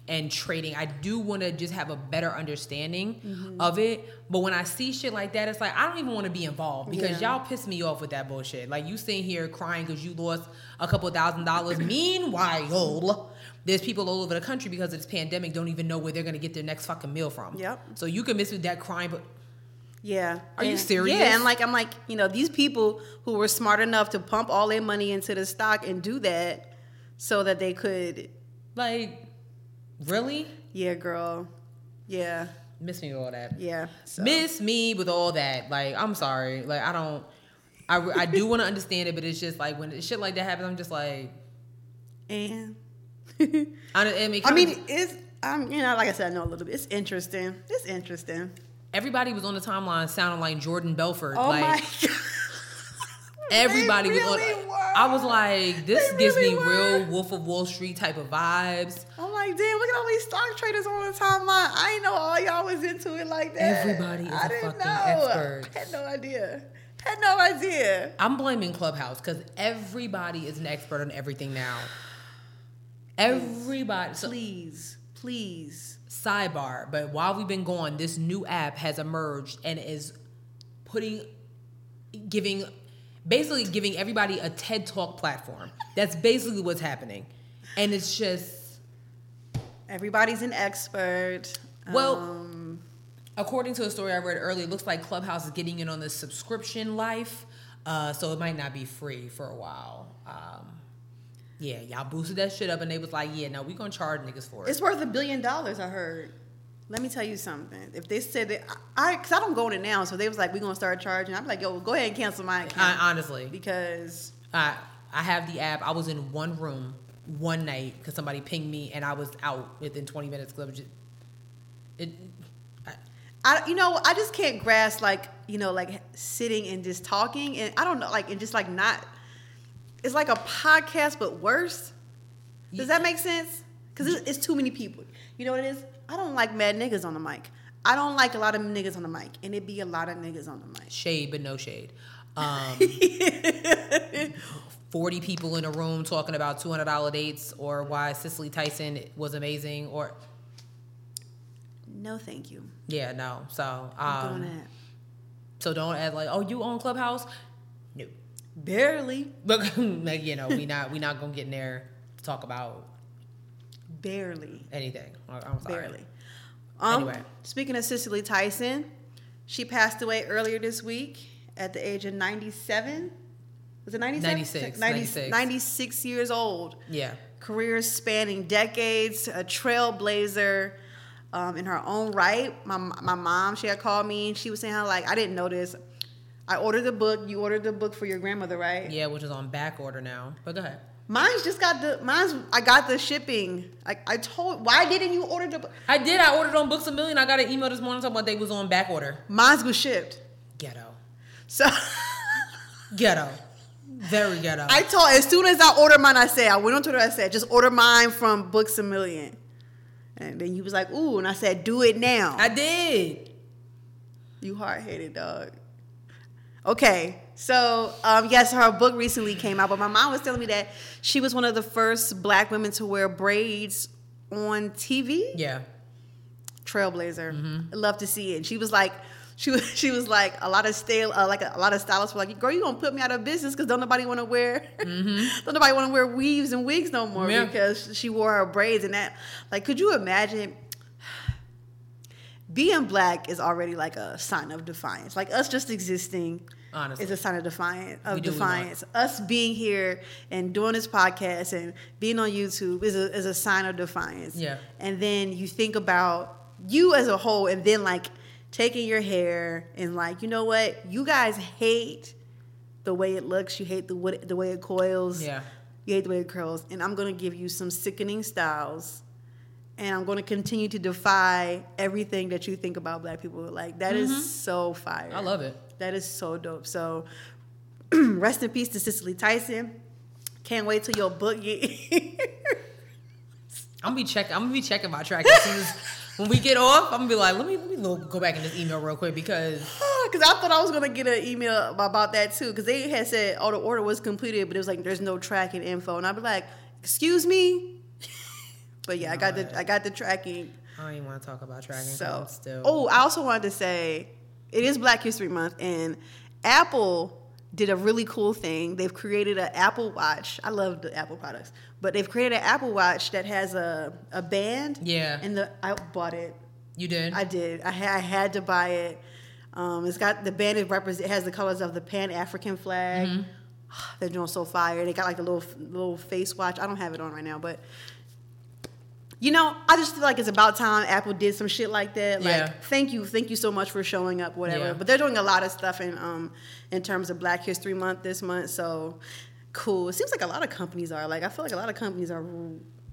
Speaker 2: and trading. I do want to just have a better understanding
Speaker 1: Mm-hmm.
Speaker 2: of it. But when I see shit like that, it's like, I don't even want to be involved because
Speaker 1: Yeah.
Speaker 2: y'all piss me off with that bullshit. Like, you sitting here crying because you lost a couple thousand dollars. Meanwhile, there's people all over the country because of this pandemic don't even know where they're gonna get their next fucking meal from.
Speaker 1: Yep.
Speaker 2: So you can miss with that crime, but
Speaker 1: Yeah.
Speaker 2: Are you
Speaker 1: And-
Speaker 2: serious?
Speaker 1: Yeah, and like I'm like, you know, these people who were smart enough to pump all their money into the stock and do that so that they could
Speaker 2: like, really?
Speaker 1: Yeah, girl. Yeah.
Speaker 2: Miss me with all that.
Speaker 1: Yeah. So
Speaker 2: Miss me with all that. Like, I'm sorry. Like, I don't. I, re- I do want to understand it, but it's just like when shit like that happens, I'm just like,
Speaker 1: and
Speaker 2: I, don't- I mean,
Speaker 1: I mean it's I'm you know, like I said, I know a little bit. It's interesting. It's interesting.
Speaker 2: everybody was on the timeline sounding like Jordan Belfort.
Speaker 1: Oh
Speaker 2: like,
Speaker 1: my god.
Speaker 2: Everybody
Speaker 1: They
Speaker 2: was
Speaker 1: really
Speaker 2: on.
Speaker 1: were.
Speaker 2: I was like, this
Speaker 1: They
Speaker 2: gives
Speaker 1: really
Speaker 2: me
Speaker 1: were.
Speaker 2: real Wolf of Wall Street type of vibes.
Speaker 1: I'm like, damn, look at all these stock traders on the timeline. I ain't know all y'all was into it like that.
Speaker 2: Everybody is
Speaker 1: I
Speaker 2: a
Speaker 1: didn't
Speaker 2: fucking
Speaker 1: know.
Speaker 2: expert.
Speaker 1: Had no idea. Had no idea.
Speaker 2: I'm blaming Clubhouse because everybody is an expert on everything now. Everybody. So,
Speaker 1: Please, please.
Speaker 2: sidebar, but while we've been gone, this new app has emerged and is putting, giving, basically giving everybody a TED Talk platform. That's basically what's happening. And it's just.
Speaker 1: Everybody's an expert.
Speaker 2: Well,
Speaker 1: Um,
Speaker 2: according to a story I read earlier, it looks like Clubhouse is getting in on the subscription life, uh, so it might not be free for a while. Um, yeah, y'all boosted that shit up, and they was like, "Yeah, no, we gonna charge niggas for it."
Speaker 1: it's worth a billion dollars. I heard. Let me tell you something. If they said it, I, cause I don't go in it now, so they was like, "We're gonna start charging." I'm like, "Yo, go ahead and cancel my account
Speaker 2: I, honestly,
Speaker 1: because
Speaker 2: I I have the app. I was in one room one night because somebody pinged me, and I was out within 20 minutes. 'cause I was just, it, I,
Speaker 1: I, you know, I just can't grasp like you know, like sitting and just talking, and I don't know, like and just like not. It's like a podcast, but worse. Does that make sense? Because it's, it's too many people. You know what it is? I don't like mad niggas on the mic. I don't like a lot of niggas on the mic, and it be a lot of niggas on the mic.
Speaker 2: shade but no shade. Um, Forty people in a room talking about two hundred dollar dates, or why Cicely Tyson was amazing, or
Speaker 1: No, thank you.
Speaker 2: yeah, no. So,
Speaker 1: I'm
Speaker 2: um,
Speaker 1: doing that.
Speaker 2: so don't add like, oh, you own Clubhouse? No,
Speaker 1: Barely,
Speaker 2: but like, you know, we not we not gonna get in there to talk about
Speaker 1: barely,
Speaker 2: anything. Like, I'm sorry.
Speaker 1: barely. Um,
Speaker 2: Anyway.
Speaker 1: Speaking of Cicely Tyson, she passed away earlier this week at the age of 97. Was it 97?
Speaker 2: 96, 96.
Speaker 1: 96 years old.
Speaker 2: Yeah,
Speaker 1: career spanning decades, a trailblazer um, in her own right. My, my mom, she had called me and she was saying how, like, I didn't know this. I ordered the book. You ordered the book for your grandmother, right?
Speaker 2: yeah, which is on back order now. But go ahead.
Speaker 1: Mine's just got the, mine's, I got the shipping. Like, I told, why didn't you order the book?
Speaker 2: I did. I ordered on Books a Million. I got an email this morning talking about they was on back order.
Speaker 1: Mine's was shipped.
Speaker 2: Ghetto,
Speaker 1: So
Speaker 2: ghetto, very ghetto.
Speaker 1: I told, as soon as I ordered mine, I said, I went on Twitter, I said, just order mine from Books a Million. And then you was like, ooh, and I said, do it now.
Speaker 2: I did.
Speaker 1: You hard headed dog. Okay, so um, yes, her book recently came out, but my mom was telling me that she was one of the first black women to wear braids on TV.
Speaker 2: Yeah.
Speaker 1: Trailblazer.
Speaker 2: Mm-hmm.
Speaker 1: I love to see it. And she was like, she was, she was like a lot of style, uh, like a, lot of stylists were like, "Girl, you gonna put me out of business because don't nobody want to wear, don't nobody want to wear weaves and wigs no more
Speaker 2: Mm-hmm. Yeah.
Speaker 1: because she wore her braids and that." Like, could you imagine? Being black is already like a sign of defiance. Like us just existing
Speaker 2: Honestly.
Speaker 1: is a sign of defiance. Of
Speaker 2: We do what we want.
Speaker 1: defiance. Us being here and doing this podcast and being on YouTube is a, is a sign of defiance
Speaker 2: Yeah.
Speaker 1: and then you think about you as a whole and then like taking your hair and like you know what you guys hate the way it looks you hate the what, the way it coils
Speaker 2: Yeah.
Speaker 1: you hate the way it curls and i'm going to give you some sickening styles and i'm going to continue to defy everything that
Speaker 2: Mm-hmm.
Speaker 1: you think about black people like that is so fire
Speaker 2: I love it.
Speaker 1: that is so dope so Rest in peace to Cicely Tyson. Can't wait till your book get
Speaker 2: I'm gonna be check. I'm gonna be checking my track as soon as when we get off. I'm gonna be like, let me let me lo- go back in this email real quick because
Speaker 1: Because I thought I was gonna get an email about that too. Because they had said, "Oh, the order was completed," but it was like, "There's no tracking info," and I'd be like, "Excuse me." but yeah, I got the I got the tracking.
Speaker 2: I don't even want to talk about tracking. 'cause
Speaker 1: So
Speaker 2: I'm still.
Speaker 1: oh, I also wanted to say, it is Black History Month, and Apple did a really cool thing. They've created an Apple Watch. I love the Apple products, but they've created an Apple Watch that has a a band.
Speaker 2: Yeah.
Speaker 1: and the I bought it.
Speaker 2: you did.
Speaker 1: I did. I had, I had to buy it. Um, it's got the band it represent has the colors of the Pan African flag.
Speaker 2: Mm-hmm.
Speaker 1: They're doing so fire. They got like a little little face watch. I don't have it on right now, but you know, I just feel like it's about time Apple did some shit like that. Like,
Speaker 2: Yeah.
Speaker 1: thank you, thank you so much for showing up, whatever.
Speaker 2: Yeah.
Speaker 1: But they're doing a lot of stuff in um in terms of Black History Month this month, so cool. It seems like a lot of companies are like I feel like a lot of companies are.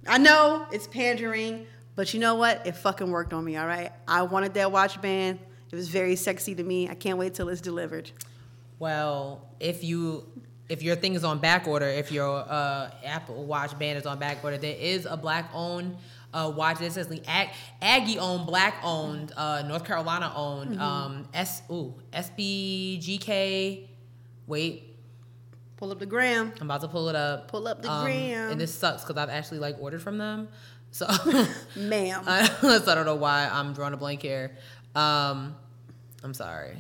Speaker 1: I know it's pandering, but you know what? It fucking worked on me. All right, I wanted that watch band. It was very sexy to me. I can't wait till it's delivered.
Speaker 2: Well, if you if your thing is on back order, if your uh, Apple Watch band is on back order, there is a black owned uh, watch that says the Ag- Aggie owned, black owned, uh, North Carolina owned
Speaker 1: Mm-hmm.
Speaker 2: um, S ooh SBGK. Wait,
Speaker 1: Pull up the gram.
Speaker 2: I'm about to pull it up. Um,
Speaker 1: Pull up the gram.
Speaker 2: And this sucks because I've actually like ordered from them, so
Speaker 1: Ma'am.
Speaker 2: I, so I don't know why I'm drawing a blank here. Um, I'm sorry.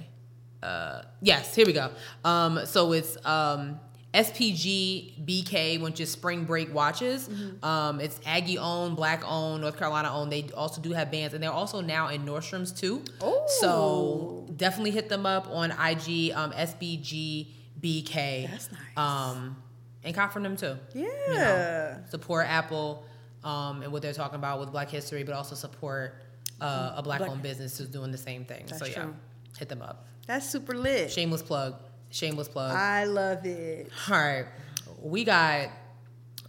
Speaker 2: Uh, yes, here we go. Um, so it's um, SPG BK, which is Spring Break watches.
Speaker 1: Mm-hmm.
Speaker 2: Um, it's Aggie owned, Black owned, North Carolina owned. They also do have bands, and they're also now in Nordstrom's too.
Speaker 1: Oh.
Speaker 2: So definitely hit them up on IG um, SBG BK.
Speaker 1: That's nice.
Speaker 2: Um, and cop from them too
Speaker 1: Yeah.
Speaker 2: you know, support Apple um, and what they're talking about with Black History, but also support uh, a black-owned business who's doing the same thing. so yeah,
Speaker 1: true.
Speaker 2: hit them up.
Speaker 1: That's super lit.
Speaker 2: Shameless plug. Shameless plug.
Speaker 1: I love it.
Speaker 2: All right, we got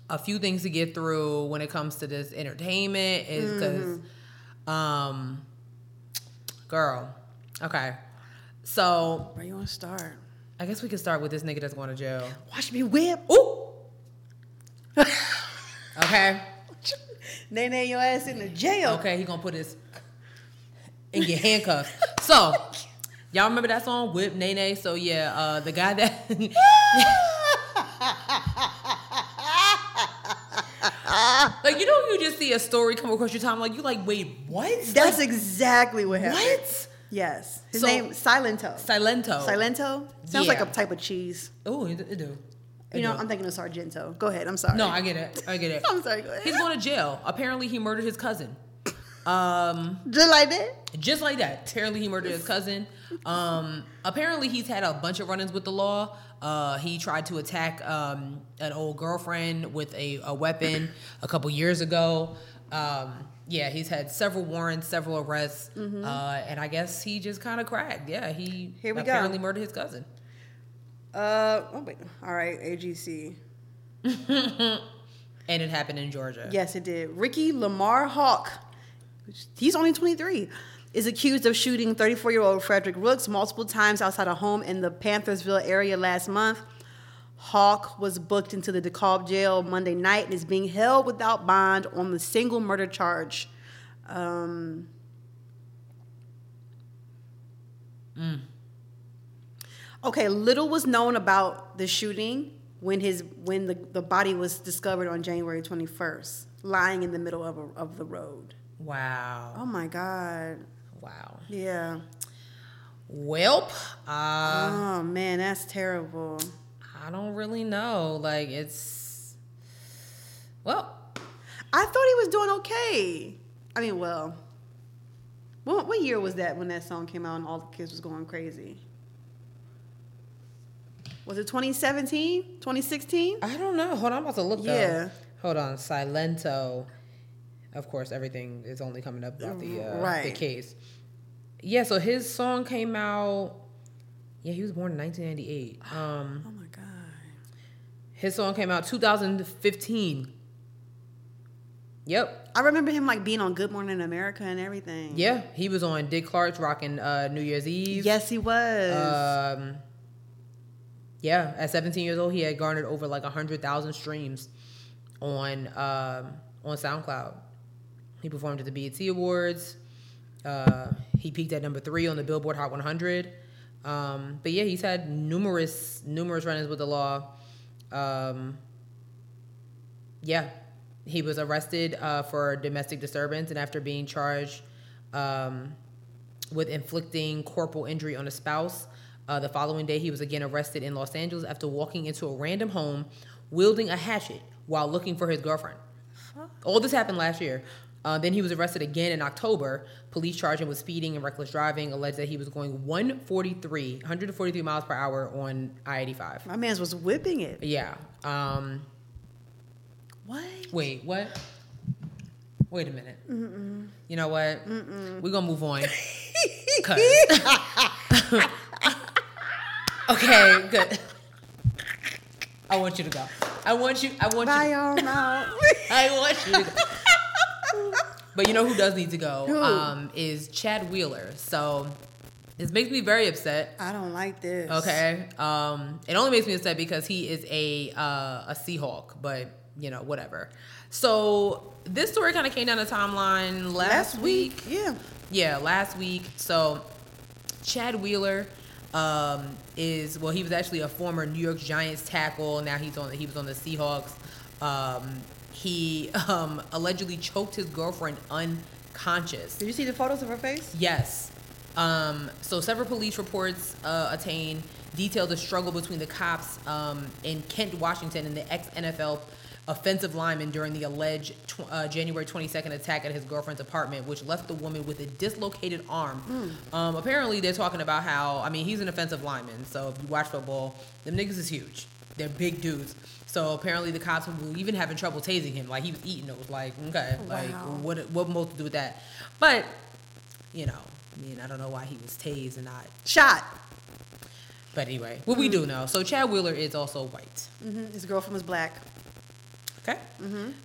Speaker 2: a few things to get through when it comes to this entertainment. Is because,
Speaker 1: Mm-hmm.
Speaker 2: um, girl, okay. So
Speaker 1: Where you want to start?
Speaker 2: I guess we can start with this nigga that's going to jail.
Speaker 1: Watch me whip.
Speaker 2: Ooh. okay.
Speaker 1: Nene, your ass in the jail.
Speaker 2: Okay, he gonna put his and get handcuffs. So, y'all remember that song Whip Nene? So yeah, uh, the guy that like you know you just see a story come across your time like you like wait what
Speaker 1: That's exactly what happened.
Speaker 2: what
Speaker 1: Yes. His
Speaker 2: So-
Speaker 1: name Silento.
Speaker 2: Silento
Speaker 1: Silento sounds
Speaker 2: Yeah.
Speaker 1: like a type of cheese.
Speaker 2: oh it, it do It
Speaker 1: You know,
Speaker 2: do.
Speaker 1: I'm thinking of Sargento. Go ahead. I'm sorry.
Speaker 2: no I get it I get it
Speaker 1: I'm sorry. Go ahead.
Speaker 2: he's going to jail apparently he murdered his cousin
Speaker 1: Just like that.
Speaker 2: just like that. Apparently, he murdered his cousin. Um, apparently, he's had a bunch of run-ins with the law. Uh, he tried to attack um, an old girlfriend with a, a weapon a couple years ago. Um, yeah, he's had several warrants, several arrests, uh, and I guess he just kind of cracked. Yeah, he
Speaker 1: Mm-hmm. Here we go.
Speaker 2: apparently murdered his cousin.
Speaker 1: Uh, oh wait. All right, AGC.
Speaker 2: And it happened in Georgia.
Speaker 1: Yes, it did. Ricky Lamar Hawk, which- he's only 23, is accused of shooting 34 year old Frederick Rooks multiple times outside a home in the Panthersville area last month. Hawk was booked into the DeKalb jail Monday night and is being held without bond on the single murder charge. Um, Okay, little was known about the shooting when his when the, the body was discovered on January 21st, lying in the middle of, a, of the road.
Speaker 2: Wow.
Speaker 1: Oh my God.
Speaker 2: Wow.
Speaker 1: Yeah.
Speaker 2: Welp. Uh,
Speaker 1: Oh man, that's terrible.
Speaker 2: I don't really know. Like it's. Well,
Speaker 1: I thought he was doing okay. I mean, well, what, what year was that when that song came out and all the kids was going crazy? Was it 2017? 2016?
Speaker 2: I don't know. Hold on, I'm about to look. Though.
Speaker 1: Yeah.
Speaker 2: Hold on, Silento. Of course, everything is only coming up about the uh, the
Speaker 1: Right.
Speaker 2: case. Yeah. So his song came out. Yeah, he was born in 1998. Um,
Speaker 1: Oh my God.
Speaker 2: his song came out 2015. Yep.
Speaker 1: I remember him like being on Good Morning America and everything.
Speaker 2: Yeah, he was on Dick Clark's rocking uh, New Year's Eve.
Speaker 1: Yes, he was.
Speaker 2: Um, Yeah, at 17 years old, he had garnered over like 100,000 streams on um, on SoundCloud. He performed at the BET Awards. Uh, he peaked at number three on the Billboard Hot 100. Um, but yeah, he's had numerous numerous run-ins with the law. Um, yeah, he was arrested uh, for domestic disturbance, and after being charged um, with inflicting corporal injury on a spouse, uh, the following day he was again arrested in Los Angeles after walking into a random home wielding a hatchet while looking for his girlfriend. All this happened last year. Uh, then he was arrested again in October. Police charged him with speeding and reckless driving, alleged that he was going 143, 143 miles per hour on I 85.
Speaker 1: My man's was whipping it.
Speaker 2: Yeah. Um,
Speaker 1: What?
Speaker 2: Wait, what? Wait a minute. You know what? We're gonna move on. 'Cause- okay, good. I want you to go. I want you. I want
Speaker 1: Bye
Speaker 2: you.
Speaker 1: y'all now.
Speaker 2: I want you to go. But you know who does need to go
Speaker 1: Who?
Speaker 2: um, is Chad Wheeler. So this makes me very upset.
Speaker 1: I don't like this.
Speaker 2: Okay. Um, it only makes me upset because he is a uh, a Seahawk, but you know whatever. So this story kind of came down the timeline last,
Speaker 1: Last
Speaker 2: week.
Speaker 1: week, yeah.
Speaker 2: Yeah, last week. So Chad Wheeler um, is well, he was actually a former New York Giants tackle. Now he's on he was on the Seahawks. Um, he um, allegedly choked his girlfriend unconscious.
Speaker 1: Did you see the photos of her face?
Speaker 2: Yes. Um, so several police reports uh, attain detail the struggle between the cops um, in Kent, Washington, and the ex NFL offensive lineman during the alleged tw- uh, January 22nd attack at his girlfriend's apartment, which left the woman with a dislocated arm. Um, apparently, they're talking about how I mean he's an offensive lineman, so if you watch football, them niggas is huge. They're big dudes. So apparently, the cops were even having trouble tasing him. Like he was eating those. Like okay, like
Speaker 1: Wow.
Speaker 2: what what more to do with that? But you know, I mean, I don't know why he was tased and not.
Speaker 1: Shot.
Speaker 2: But anyway, what we do know. So Chad Wheeler is also white.
Speaker 1: hmm His girlfriend was black.
Speaker 2: Okay.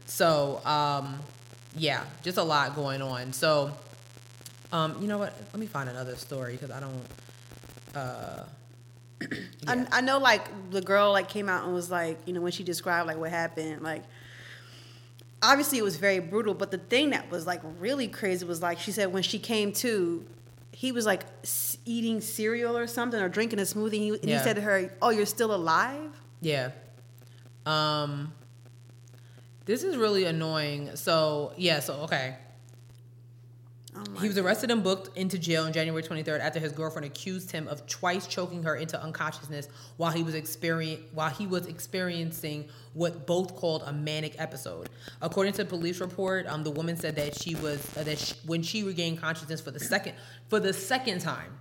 Speaker 2: So, um, yeah, just a lot going on. So, um, you know what? Let me find another story because I don't. Uh, Yeah.
Speaker 1: I, I know, like the girl like came out and was like, you know, when she described like what happened, like obviously it was very brutal. But the thing that was like really crazy was like she said when she came to, he was like s- eating cereal or something or drinking a smoothie, and he, and
Speaker 2: Yeah.
Speaker 1: he said to her, "Oh, you're still alive."
Speaker 2: Yeah. Um this is really annoying. So, yeah, so okay.
Speaker 1: Oh my
Speaker 2: He was arrested and booked into jail on January 23rd after his girlfriend accused him of twice choking her into unconsciousness while he was experien while he was experiencing what both called a manic episode. According to police report, um, the woman said that she was uh, that she, when she regained consciousness for the second for the second time,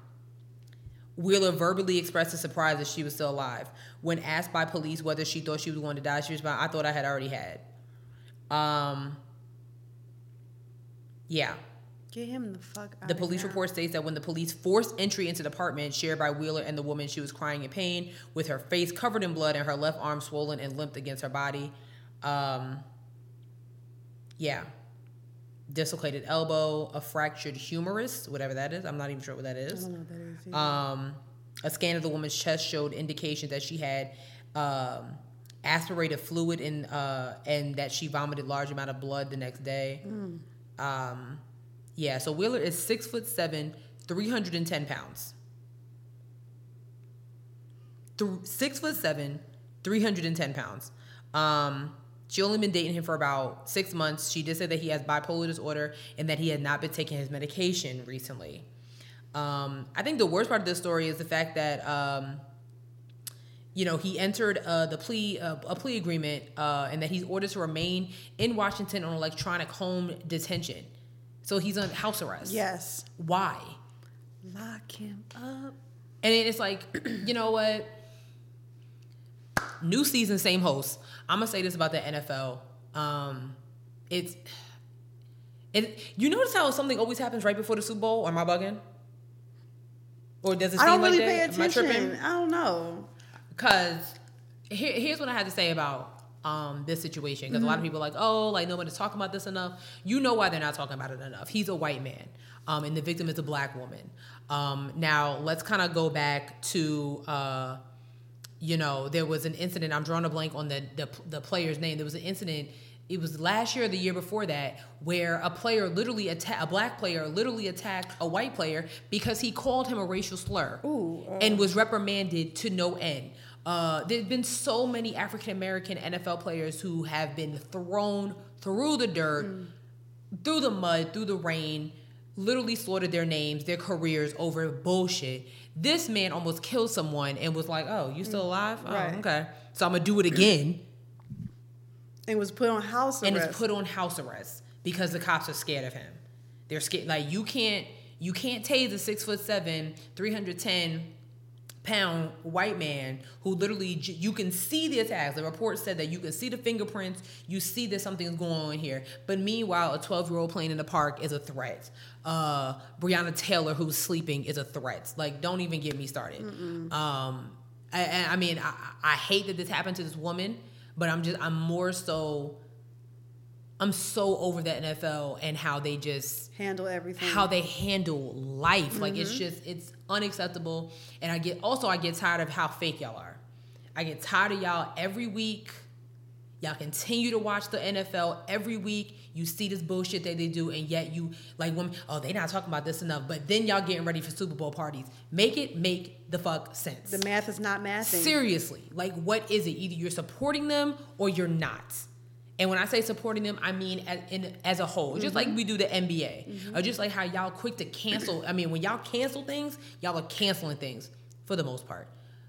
Speaker 2: Wheeler verbally expressed his surprise that she was still alive. When asked by police whether she thought she was going to die, she responded, "I thought I had already had." Um. Yeah.
Speaker 1: Get him the fuck out.
Speaker 2: The
Speaker 1: of
Speaker 2: police
Speaker 1: here.
Speaker 2: report states that when the police forced entry into the apartment shared by Wheeler and the woman, she was crying in pain, with her face covered in blood and her left arm swollen and limp against her body. Um, yeah. Dislocated elbow, a fractured humerus, whatever that is. I'm not even sure what that is. Um, a scan of the woman's chest showed indications that she had um, aspirated fluid in, uh, and that she vomited large amount of blood the next day. Um, yeah, so Wheeler is six foot seven, 310 pounds. Th- six foot seven, 310 pounds. Um, she only been dating him for about six months. She did say that he has bipolar disorder and that he had not been taking his medication recently. Um, I think the worst part of this story is the fact that um, you know he entered uh, the plea uh, a plea agreement uh, and that he's ordered to remain in Washington on electronic home detention. So he's on house arrest.
Speaker 1: Yes,
Speaker 2: Why?
Speaker 1: lock him up.
Speaker 2: And then it's like, you know what? New season, same host. I'm gonna say this about the NFL. Um, it's it. You notice how something always happens right before the Super Bowl? Am I bugging? Or does it
Speaker 1: I
Speaker 2: seem
Speaker 1: don't
Speaker 2: like
Speaker 1: really
Speaker 2: that?
Speaker 1: pay
Speaker 2: Am I tripping?
Speaker 1: attention. I don't know.
Speaker 2: Because here, here's what I had to say about um, this situation. Because a lot of people are like, oh, like nobody's talking about this enough. You know why they're not talking about it enough. He's a white man, um, and the victim is a black woman. Um, now, let's kind of go back to. Uh, you know, there was an incident. I'm drawing a blank on the the, the player's name. There was an incident. It was last year or the year before that where a player literally attacked a black player literally attacked a white player because he called him a racial slur
Speaker 1: Ooh, uh.
Speaker 2: and was reprimanded to no end. Uh, there've been so many African American NFL players who have been thrown through the dirt,
Speaker 1: Mm.
Speaker 2: through the mud, through the rain, literally slaughtered their names, their careers over bullshit. This man almost killed someone and was like, "Oh, you still alive? Oh,
Speaker 1: Right.
Speaker 2: okay. So I'm gonna do it again."
Speaker 1: and was put on house arrest.
Speaker 2: and is put on house arrest because the cops are scared of him. They're scared. Like you can't you can't tase a six foot seven, three hundred ten pound white man who literally j- you can see the attacks. The report said that you can see the fingerprints. You see that something's going on here. But meanwhile, a twelve year old playing in the park is a threat. Uh, Breonna Taylor who's sleeping is a threat. Like don't even get me started. Um, I- I, I mean, I, I hate that this happened to this woman, but I'm just I'm more so I'm so over the NFL and how they just
Speaker 1: handle everything.
Speaker 2: how they handle life. Like it's just it's unacceptable. And I get also I get tired of how fake y'all are. I get tired of y'all every week. Y'all continue to watch the NFL every week. You see this bullshit that they do, and yet you like women. Oh, they not talking about this enough. But then y'all getting ready for Super Bowl parties. Make it make the fuck sense.
Speaker 1: the math is not mathing.
Speaker 2: Seriously, like what is it? Either you're supporting them or you're not. And when I say supporting them, I mean as, in, as a whole, just like we do the NBA, or just like how y'all quick to cancel. I mean, when y'all cancel things, y'all are canceling things for the most part.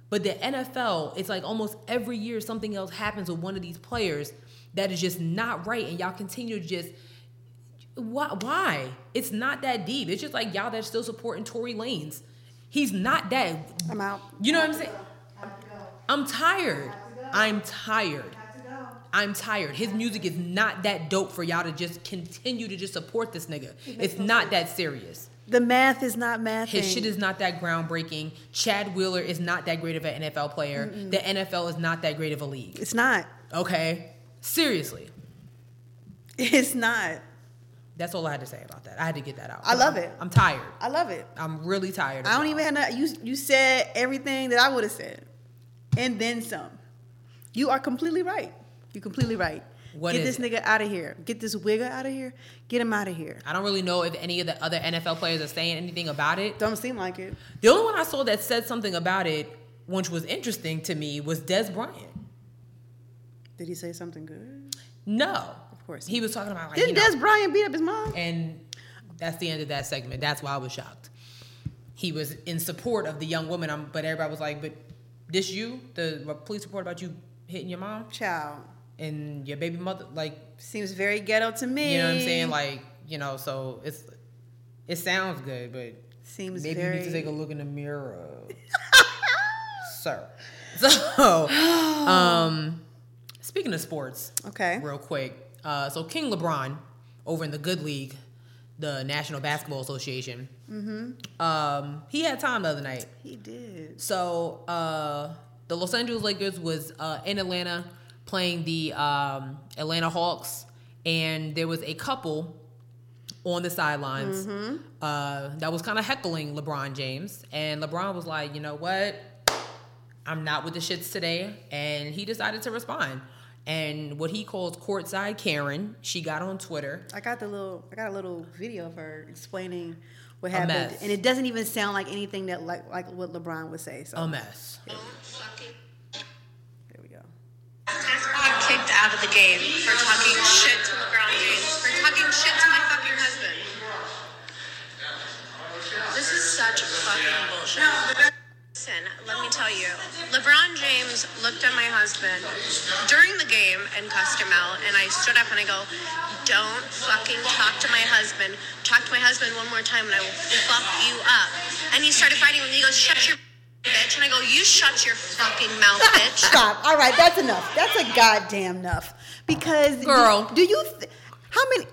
Speaker 2: But the NFL, it's like almost every year something else happens with one of these players that is just not right, and y'all continue to just why? Why? It's not that deep. It's just like y'all that's still supporting Tory Lanes. He's not that
Speaker 1: I'm out.
Speaker 2: you know what I'm saying? I'm tired. I'm tired. I'm tired. His music is not that dope for y'all to just continue to just support this nigga. It's not that serious.
Speaker 1: The math is not mathing.
Speaker 2: His shit is not that groundbreaking. Chad Wheeler is not that great of an NFL player. The NFL is not that great of a league.
Speaker 1: It's not.
Speaker 2: Okay? Seriously.
Speaker 1: It's not.
Speaker 2: That's all I had to say about that. I had to get that out.
Speaker 1: I love it.
Speaker 2: I'm tired.
Speaker 1: I love it.
Speaker 2: I'm really tired. of
Speaker 1: I don't
Speaker 2: y'all.
Speaker 1: even have no, you. You said everything that I would have said, and then some. You are completely right. You're completely right.
Speaker 2: What
Speaker 1: Get
Speaker 2: is
Speaker 1: this nigga out of here. Get this wigger out of here. Get him out of here.
Speaker 2: I don't really know if any of the other NFL players are saying anything about it.
Speaker 1: Don't seem like it.
Speaker 2: The only one I saw that said something about it, which was interesting to me, was Des Bryant.
Speaker 1: Did he say something good?
Speaker 2: No,
Speaker 1: Of course.
Speaker 2: he was talking about like Uh, you
Speaker 1: Didn't
Speaker 2: know,
Speaker 1: Des Bryant beat up his mom?
Speaker 2: and that's the end of that segment. That's why I was shocked. He was in support of the young woman, um, but everybody was like, "But this you? The police report about you hitting your mom
Speaker 1: Child
Speaker 2: and your baby mother? Like,
Speaker 1: seems very ghetto to me.
Speaker 2: you know what I'm saying? Like, you know, so it's it sounds good, but
Speaker 1: seems
Speaker 2: Maybe
Speaker 1: very.
Speaker 2: you need to take a look in the mirror, sir. So, um, speaking of sports,
Speaker 1: okay.
Speaker 2: real quick. Uh, so King LeBron over in the Good League, the National Basketball Association. Mm-hmm. Um, he had time the other night.
Speaker 1: He did.
Speaker 2: So uh, the Los Angeles Lakers was uh, in Atlanta playing the um, Atlanta Hawks, and there was a couple on the sidelines uh, that was kind of heckling LeBron James, and LeBron was like, "You know what? I'm not with the shits today," and he decided to respond. And what he calls courtside Karen, she got on Twitter.
Speaker 1: I got the little. I got a little video of her explaining what
Speaker 2: A
Speaker 1: happened,
Speaker 2: mess.
Speaker 1: and it doesn't even sound like anything that like like what LeBron would say. So
Speaker 2: A mess.
Speaker 1: there we go.
Speaker 4: Tess got kicked out of the game for talking shit to LeBron James, for talking shit to my fucking husband. This is such fucking bullshit. Listen, let me tell you. LeBron James looked at my husband during the game and cussed him out, and I stood up and I go, "Don't fucking talk to my husband. Talk to my husband one more time, and I will fuck you up." And he started fighting with me. He goes, "Shut your bitch," and I go, "You shut your fucking mouth, bitch."
Speaker 1: Stop. All right, that's enough. That's a goddamn enough. Because do-
Speaker 2: Girl.
Speaker 1: do, you th- how many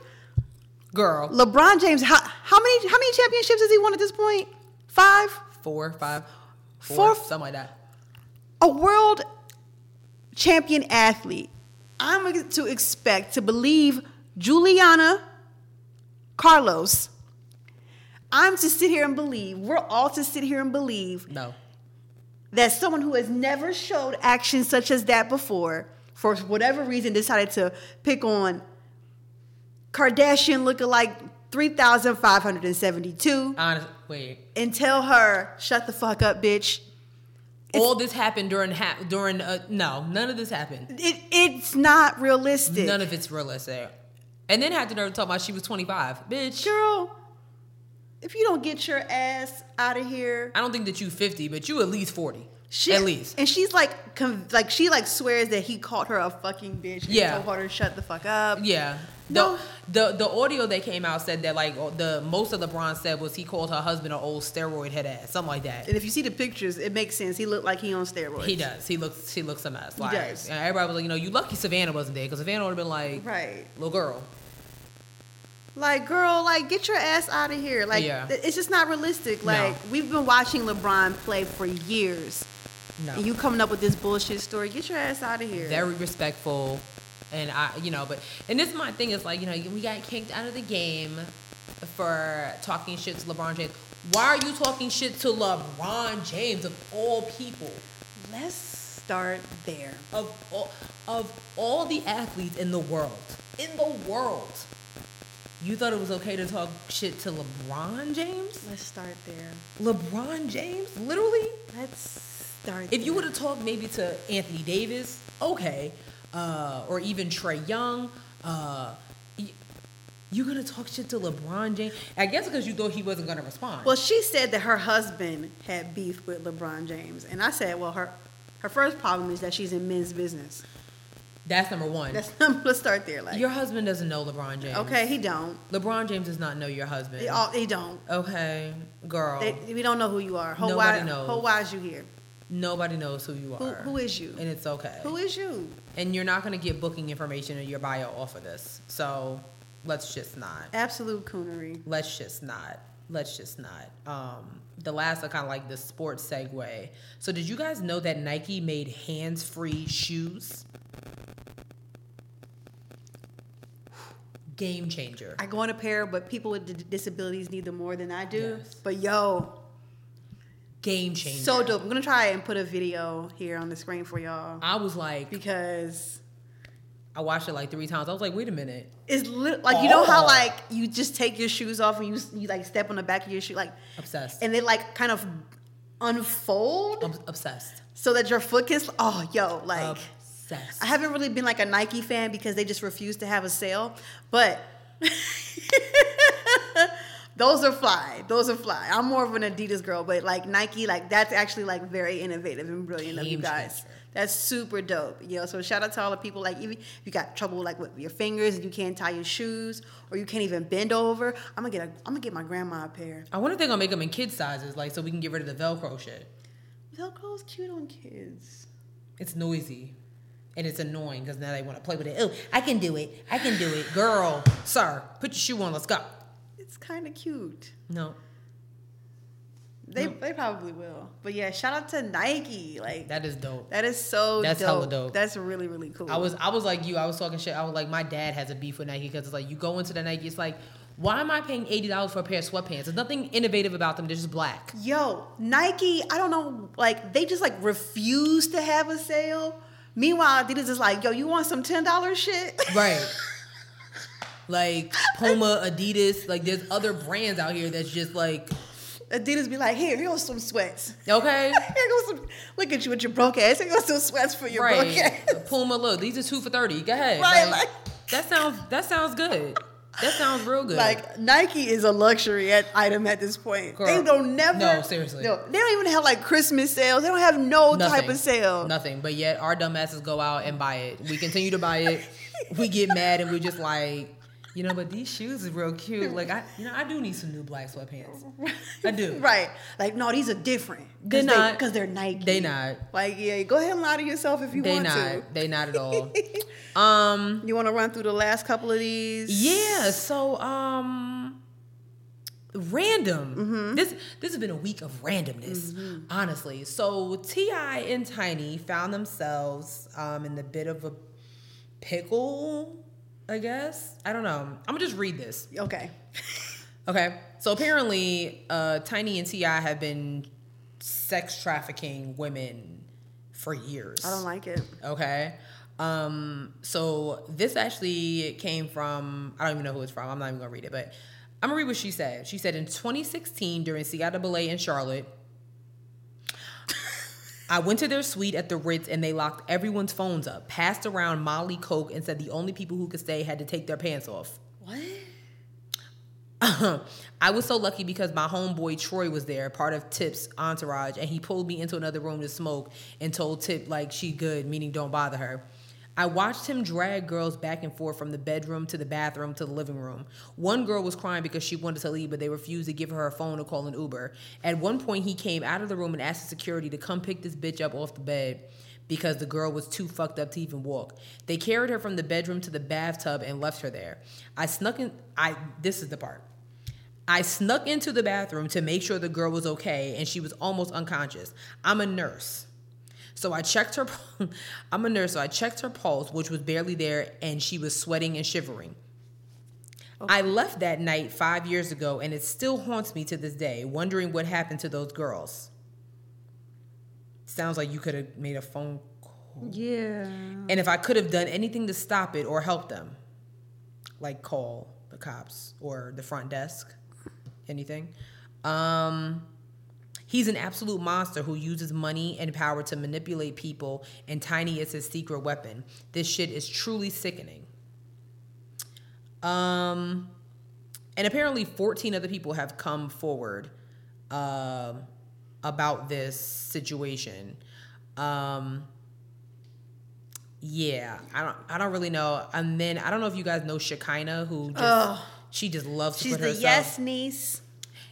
Speaker 2: Girl,
Speaker 1: LeBron James? How how many how many championships has he won at this point? Five.
Speaker 2: four, five,
Speaker 1: Four-
Speaker 2: four, something like that.
Speaker 1: A world champion athlete. I'm ex- to expect to believe Juliana Carlos. I'm to sit here and believe. We're all to sit here and believe
Speaker 2: No,
Speaker 1: that someone who has never showed action such as that before, for whatever reason, decided to pick on Kardashian lookalike 3,572
Speaker 2: Honest, wait.
Speaker 1: and tell her, shut the fuck up, bitch.
Speaker 2: All this happened during ha- during uh, no, none of this happened.
Speaker 1: It, it's not realistic.
Speaker 2: None of it's realistic. And then had the nerve to talk about she was 25, bitch.
Speaker 1: Girl, if you don't get your ass out of here,
Speaker 2: I don't think that you 50, but you at least 40. at least.
Speaker 1: And she's like, con like she like swears that he called her a fucking bitch.
Speaker 2: Yeah.
Speaker 1: And told her to shut the fuck up.
Speaker 2: Yeah.
Speaker 1: No.
Speaker 2: The, the the audio that came out said that like the most of LeBron said was he called her husband an old steroid head ass, something like that.
Speaker 1: And if you see the pictures, it makes sense. He looked like he on steroids.
Speaker 2: He does. He looks. He looks a mess. Like,
Speaker 1: does.
Speaker 2: And everybody was like, you know, you lucky Savannah wasn't there because Savannah would have been like,
Speaker 1: Right.
Speaker 2: little girl.
Speaker 1: Like, girl, like get your ass out of here. Like,
Speaker 2: Yeah.
Speaker 1: th- it's just not realistic.
Speaker 2: No.
Speaker 1: Like, we've been watching LeBron play for years,
Speaker 2: No.
Speaker 1: and you coming up with this bullshit story. Get your ass out of here.
Speaker 2: very respectful, and I, you know, but and this is my thing is like, you know, we got kicked out of the game for talking shit to LeBron James. Why are you talking shit to LeBron James of all people?
Speaker 1: Let's start there.
Speaker 2: Of all, of all the athletes in the world, in the world, you thought it was okay to talk shit to LeBron James?
Speaker 1: Let's start there.
Speaker 2: LeBron James, literally.
Speaker 1: Let's start.
Speaker 2: If you
Speaker 1: there.
Speaker 2: would have talked maybe to Anthony Davis, okay, uh, or even Trey Young, uh, y- you gonna talk shit to LeBron James? I guess because you thought he wasn't gonna respond.
Speaker 1: Well, she said that her husband had beef with LeBron James, and I said, well, her her first problem is that she's in men's business.
Speaker 2: that's number one.
Speaker 1: That's let's start there. Like,
Speaker 2: your husband doesn't know LeBron James.
Speaker 1: okay, he don't.
Speaker 2: LeBron James does not know your husband.
Speaker 1: They all he don't.
Speaker 2: okay, girl.
Speaker 1: They, we don't know who you are. Ho,
Speaker 2: Nobody
Speaker 1: why,
Speaker 2: knows.
Speaker 1: Ho, why is you here?
Speaker 2: Nobody knows who you
Speaker 1: Who,
Speaker 2: are.
Speaker 1: who is you?
Speaker 2: And it's okay.
Speaker 1: Who is you?
Speaker 2: and you're not gonna get booking information in your bio off of this. So let's just not.
Speaker 1: Absolute coonery.
Speaker 2: let's just not let's just not um the last I kind of like the sports segue so did you guys know that nike made hands-free shoes game changer
Speaker 1: I go in a pair, but people with d- disabilities need them more than I do.
Speaker 2: Yes.
Speaker 1: But yo,
Speaker 2: game changer
Speaker 1: so dope. I'm gonna try and put a video here on the screen for y'all
Speaker 2: i was like
Speaker 1: because
Speaker 2: i watched it like three times i was like wait a minute
Speaker 1: it's lit like you know how
Speaker 2: Oh.
Speaker 1: like you just take your shoes off and you s- you like step on the back of your shoe like,
Speaker 2: obsessed
Speaker 1: and they like kind of unfold
Speaker 2: Ob- obsessed
Speaker 1: so that your foot gets oh yo like.
Speaker 2: obsessed
Speaker 1: I haven't really been like a Nike fan because they just refuse to have a sale. But those are fly. Those are fly. I'm more of an Adidas girl, but like Nike, like that's actually like very innovative and brilliant of you
Speaker 2: Game
Speaker 1: guys.
Speaker 2: changer.
Speaker 1: That's super dope. You know, so shout out to all the people like even if you got trouble like with your fingers and you can't tie your shoes or you can't even bend over. I'm gonna get a I'm gonna get my grandma a pair.
Speaker 2: i wonder if they're gonna make them in kid sizes like so we can get rid of the velcro shit
Speaker 1: Velcro's cute on kids.
Speaker 2: it's noisy and it's annoying because now they want to play with it oh i can do it i can do it girl sir put your shoe on let's go
Speaker 1: It's kinda cute.
Speaker 2: no
Speaker 1: They, they probably will. But yeah, shout out to Nike. Like
Speaker 2: that is dope
Speaker 1: That is so
Speaker 2: That's
Speaker 1: dope.
Speaker 2: hella dope.
Speaker 1: That's really, really cool.
Speaker 2: i was i was like you i was talking shit i was like my dad has a beef with nike because it's like you go into the nike it's like why am i paying $80 for a pair of sweatpants there's nothing innovative about them they're just black
Speaker 1: Yo, Nike, I don't know, like they just like refuse to have a sale. Meanwhile, Adidas is like, yo, you want some ten dollars shit?
Speaker 2: right like puma adidas like there's other brands out here that's just like
Speaker 1: Adidas be like, here, here goes some sweats.
Speaker 2: okay
Speaker 1: Here goes some. Look at you with your broke ass. Here goes some sweats for your broke
Speaker 2: right
Speaker 1: ass.
Speaker 2: puma look these are two for 30 go ahead
Speaker 1: Right,
Speaker 2: Like,
Speaker 1: like-
Speaker 2: that sounds that sounds good that sounds real good
Speaker 1: Like Nike is a luxury at, item at this point. They
Speaker 2: Girl.
Speaker 1: don't never.
Speaker 2: No, seriously.
Speaker 1: No, they don't even have like Christmas sales. They don't have no type of sale.
Speaker 2: Nothing. But yet our dumbasses go out and buy it. We continue to buy it. we get mad and we're just like, you know, but these shoes is real cute. Like I you know, I do need some new black sweatpants. I do.
Speaker 1: Right. Like, no, these are different.
Speaker 2: They're not.
Speaker 1: Because they're Nike.
Speaker 2: They not.
Speaker 1: Like, yeah, go ahead and lie to yourself if you
Speaker 2: They
Speaker 1: want
Speaker 2: not.
Speaker 1: to.
Speaker 2: They not at all. um
Speaker 1: You want to run through the last couple of these?
Speaker 2: Yeah, so um random.
Speaker 1: Mm-hmm.
Speaker 2: This this has been a week of randomness, honestly. So TI and Tiny found themselves um in a bit of a pickle, I guess. I don't know. I'm going to just read this.
Speaker 1: Okay.
Speaker 2: Okay. So apparently, uh, Tiny and Ti have been sex trafficking women for years.
Speaker 1: I don't like it.
Speaker 2: Okay. Um, so this actually came from I don't even know who it's from. I'm not even gonna read it, but I'm gonna read what she said. She said in 2016 during CIAA in Charlotte, I went to their suite at the Ritz and they locked everyone's phones up, passed around Molly Coke, and said the only people who could stay had to take their pants off.
Speaker 1: What?
Speaker 2: I was so lucky because my homeboy Troy was there, part of Tip's entourage, and he pulled me into another room to smoke and told Tip like she good, meaning don't bother her. I watched him drag girls back and forth from the bedroom to the bathroom to the living room. One girl was crying because she wanted to leave, but they refused to give her her phone or call an Uber. At one point, he came out of the room and asked the security to come pick this bitch up off the bed because the girl was too fucked up to even walk. They carried her from the bedroom to the bathtub and left her there. I snuck in. I this is the part. I snuck into the bathroom to make sure the girl was okay and she was almost unconscious. I'm a nurse. So I checked her I'm a nurse, so I checked her pulse, which was barely there and she was sweating and shivering. I left that night 5 years ago and it still haunts me to this day wondering what happened to those girls. Sounds like you could have made a phone call.
Speaker 1: Yeah.
Speaker 2: And if I could have done anything to stop it or help them, like call the cops or the front desk, anything. Um, he's an absolute monster who uses money and power to manipulate people, and Tiny is his secret weapon. This shit is truly sickening. Um, and apparently, 14 other people have come forward um about this situation. Um, yeah, I don't, I don't really know. And then I don't know if you guys know Shekinah, who just, she just loves to
Speaker 1: She's
Speaker 2: put
Speaker 1: the
Speaker 2: herself.
Speaker 1: yes niece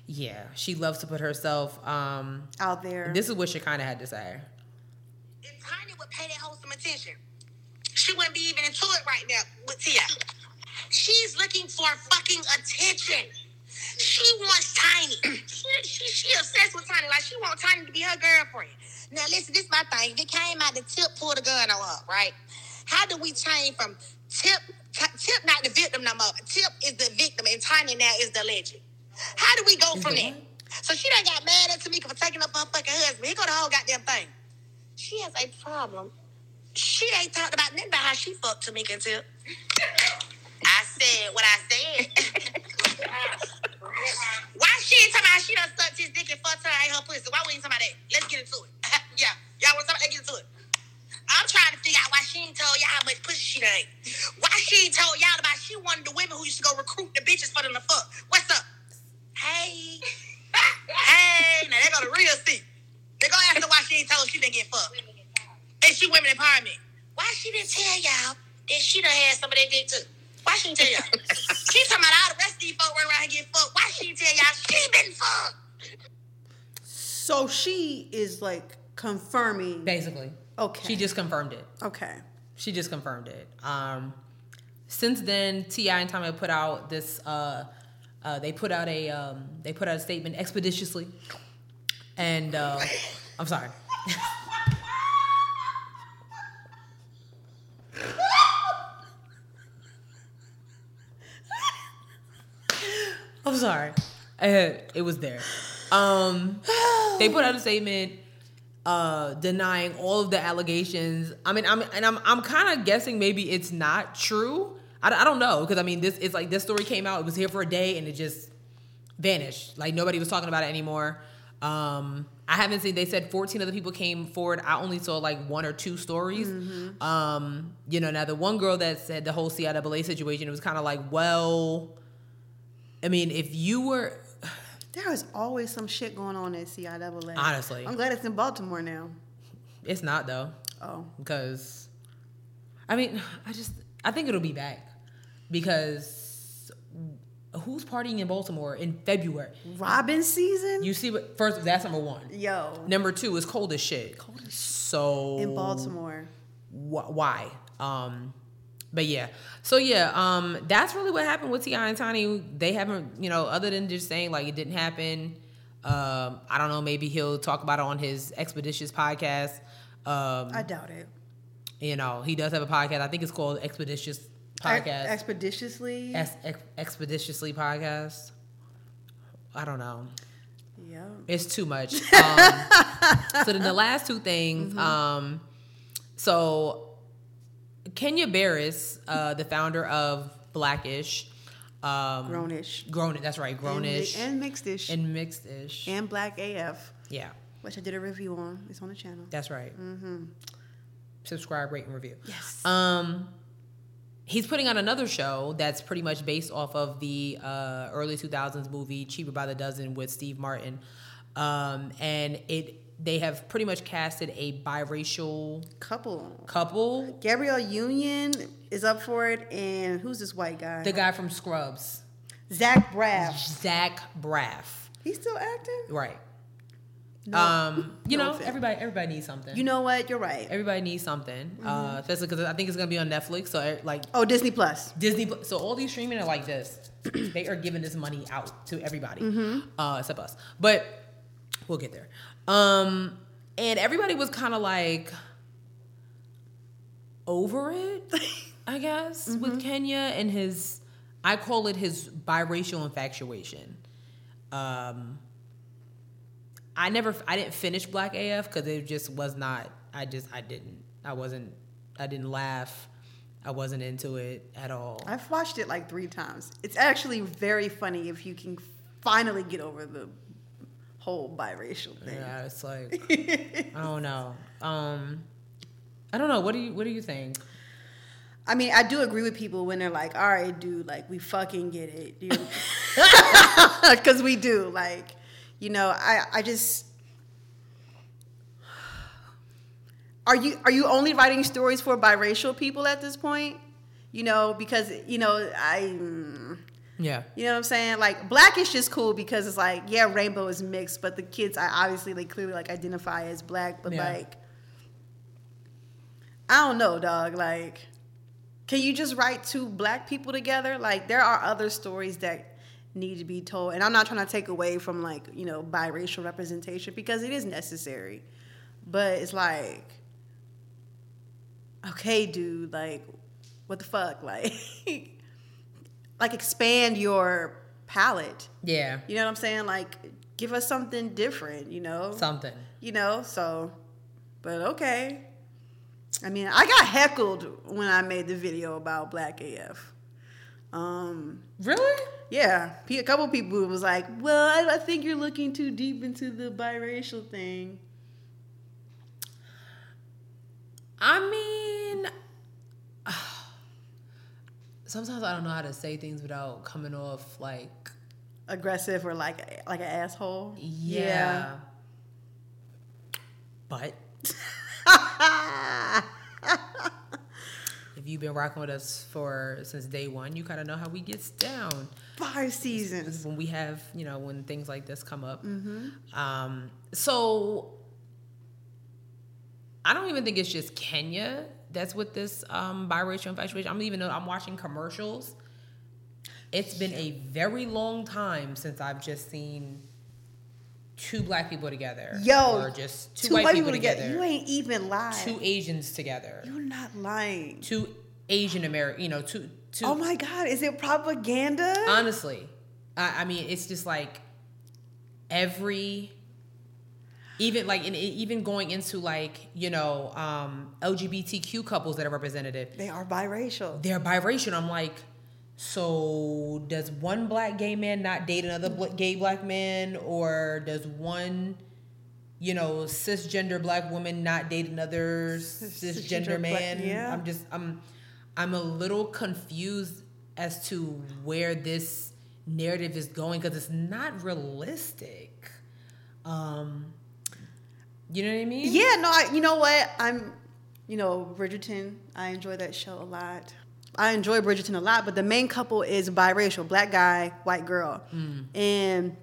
Speaker 2: Yeah, she loves to put herself. Um,
Speaker 1: out there.
Speaker 2: this is what she kind of had to say.
Speaker 5: if Tanya would pay that hoe some attention, she wouldn't be even into it right now with Tia. She's looking for fucking attention. She wants Tiny. she, she, she obsessed with Tiny. Like she wants Tiny to be her girlfriend. Now listen, this is my thing. They came out the tip pulled a gun on her, right? How do we change from tip t- tip not the victim no more? Tip is the victim and Tiny now is the legend. How do we go
Speaker 2: Is
Speaker 5: from
Speaker 2: the
Speaker 5: there?
Speaker 2: what?
Speaker 5: So she done got mad at Tamika for taking up her fucking husband. Here go the whole goddamn thing. She has a problem. She ain't talked about nothing about how she fucked Tamika and Tip. I said what I said. Why she ain't talking about how she done sucked his dick and fucked her and her pussy? Why we ain't talking about that? Let's get into it. yeah, y'all want to talk about that? Get into it. I'm trying to figure out why she ain't told y'all how much pussy she done. ate. Why she ain't told y'all about she one of the women who used to go recruit the bitches for them to fuck. What's up? Hey. hey, now they go to real seat. They go ask her why she ain't told she didn't get fucked. And she women empowerment. Why she didn't tell y'all that she done had some of that dick too? Why she didn't tell y'all? she talking about all the rest of these folk running around here getting fucked. Why she didn't tell y'all she been fucked?
Speaker 1: so she is like confirming.
Speaker 2: Basically,
Speaker 1: Okay.
Speaker 2: she just confirmed it.
Speaker 1: Okay.
Speaker 2: She just confirmed it. Um, since then, Ti and Tommy put out this. Uh, uh, they put out a. Um, they put out a statement expeditiously, and uh, I'm sorry. I'm sorry. Uh, it was there. Um, they put out a statement uh, denying all of the allegations. I mean, I'm and I'm I'm kind of guessing maybe it's not true. I, don't- I don't know because I mean this it's like this story came out. It was here for a day and it just vanished. Like nobody was talking about it anymore. Um, I haven't seen. They said 14 other people came forward. I only saw like one or two stories. Um, you know, now the one girl that said the whole CIAA situation, it was kind of like, well, I mean, if you were
Speaker 1: There is always some shit going on at CIAA.
Speaker 2: Honestly.
Speaker 1: I'm glad it's in Baltimore now.
Speaker 2: It's not though,
Speaker 1: Oh.
Speaker 2: because I mean, I just I think it'll be back because who's partying in Baltimore in February?
Speaker 1: Robin season?
Speaker 2: You see what? First, that's number one.
Speaker 1: Yo.
Speaker 2: Number two is cold as shit. Cold as so
Speaker 1: In Baltimore.
Speaker 2: wh- why. Um, but yeah, so yeah, um, that's really what happened with Ti and Tiny. They haven't, you know, other than just saying like it didn't happen. Um, I don't know. Maybe he'll talk about it on his expeditious podcast. Um,
Speaker 1: I doubt it.
Speaker 2: you know, he does have a podcast. I think it's called Expeditious
Speaker 1: Ex-
Speaker 2: Podcast.
Speaker 1: Expeditiously.
Speaker 2: Ex- ex- expeditiously podcast. I don't know.
Speaker 1: Yeah.
Speaker 2: It's too much. Um, so then the last two things.
Speaker 1: Mm-hmm.
Speaker 2: Um, so Kenya Barris, uh, the founder of Blackish, um,
Speaker 1: Grownish.
Speaker 2: Grown. That's right, Grownish
Speaker 1: And,
Speaker 2: and,
Speaker 1: mi- and mixedish. And,
Speaker 2: and Mixedish.
Speaker 1: black AF,
Speaker 2: yeah,
Speaker 1: which I did a review on. It's on the channel.
Speaker 2: that's right. Subscribe, rate, and review.
Speaker 1: Mm-hmm. Yes.
Speaker 2: Um, he's putting on another show that's pretty much based off of the uh, early 2000s movie Cheaper by the Dozen with Steve Martin, um, and it they have pretty much casted a biracial
Speaker 1: Couple.
Speaker 2: couple.
Speaker 1: Gabrielle Union is up for it, and who's this white guy?
Speaker 2: The guy from Scrubs,
Speaker 1: Zach Braff.
Speaker 2: Zach Braff,
Speaker 1: He's still acting.
Speaker 2: right? um, you
Speaker 1: no
Speaker 2: know,
Speaker 1: offense.
Speaker 2: everybody everybody needs something.
Speaker 1: You know Mm-hmm. what? You're right.
Speaker 2: everybody needs something, uh, especially because I think it's gonna be on Netflix. So eh, like
Speaker 1: Oh, Disney Plus.
Speaker 2: Disney. So all these streaming are like this. they are giving this money out to everybody, uh, except us. But we'll get there. Um, and everybody was kind of like over it, I guess, with Kenya and his. I call it his biracial infatuation. Um, I never, I didn't finish Black AF because it just was not. I just, I didn't. I wasn't. I didn't laugh. I wasn't into it at all.
Speaker 1: I've watched it like three times. It's actually very funny if you can finally get over the whole biracial thing.
Speaker 2: Yeah, it's like I don't know. Um, I don't know. What do you What do you think?
Speaker 1: I mean, I do agree with people when they're like, "All right, dude, like we fucking get it, dude," because we do. Like, you know, I I just are you are you only writing stories for biracial people at this point? You know, because you know I. mm,
Speaker 2: Yeah,
Speaker 1: You know what I'm saying? Like blackish is cool because it's like, yeah, rainbow is mixed, but the kids I obviously like clearly like identify as black, but
Speaker 2: Yeah.
Speaker 1: like I don't know, dog. Like can you just write two black people together? Like there are other stories that need to be told. And I'm not trying to take away from like, you know, biracial representation because it is necessary. But it's like okay, dude, like what the fuck? Like like expand your palette.
Speaker 2: yeah,
Speaker 1: You know what I'm saying? Like give us something different, you know?
Speaker 2: something.
Speaker 1: You know, so but okay. I mean, I got heckled when I made the video about Black AF. Um,
Speaker 2: Really?
Speaker 1: yeah, pe- a couple people was like, "Well, I, I think you're looking too deep into the biracial thing."
Speaker 2: I mean, sometimes I don't know how to say things without coming off like
Speaker 1: Aggressive or like a- like an asshole.
Speaker 2: yeah. But if you've been rocking with us for since day one, you kind of know how we gets down.
Speaker 1: Five seasons.
Speaker 2: when we have you know when things like this come up
Speaker 1: Mm-hmm.
Speaker 2: um, so i don't even think it's just kenya that's with this um, biracial infatuation i'm even though i'm watching commercials it's been a very long time since i've just seen two black people together
Speaker 1: Yo,
Speaker 2: or just two, white, people together,
Speaker 1: You ain't even lying.
Speaker 2: two asians together
Speaker 1: You're not lying.
Speaker 2: two asian american you know two two
Speaker 1: Oh my God, is it propaganda?
Speaker 2: Uh, Honestly, I, I mean, it's just like every, even like and even going into like you know um, LGBTQ couples that are representative,
Speaker 1: they are biracial.
Speaker 2: they're biracial. I'm like, so does one black gay man not date another bl- gay black man, or does one you know cisgender black woman not date another
Speaker 1: cisgender
Speaker 2: cisgender
Speaker 1: black-
Speaker 2: man?
Speaker 1: yeah.
Speaker 2: I'm just I'm I'm a little confused as to where this narrative is going because it's not realistic. Um, you know what I mean?
Speaker 1: Yeah, no, I, you know what? I'm, you know, Bridgerton. I enjoy that show a lot. I enjoy Bridgerton a lot, but the main couple is biracial, black guy, white girl,
Speaker 2: Mm.
Speaker 1: and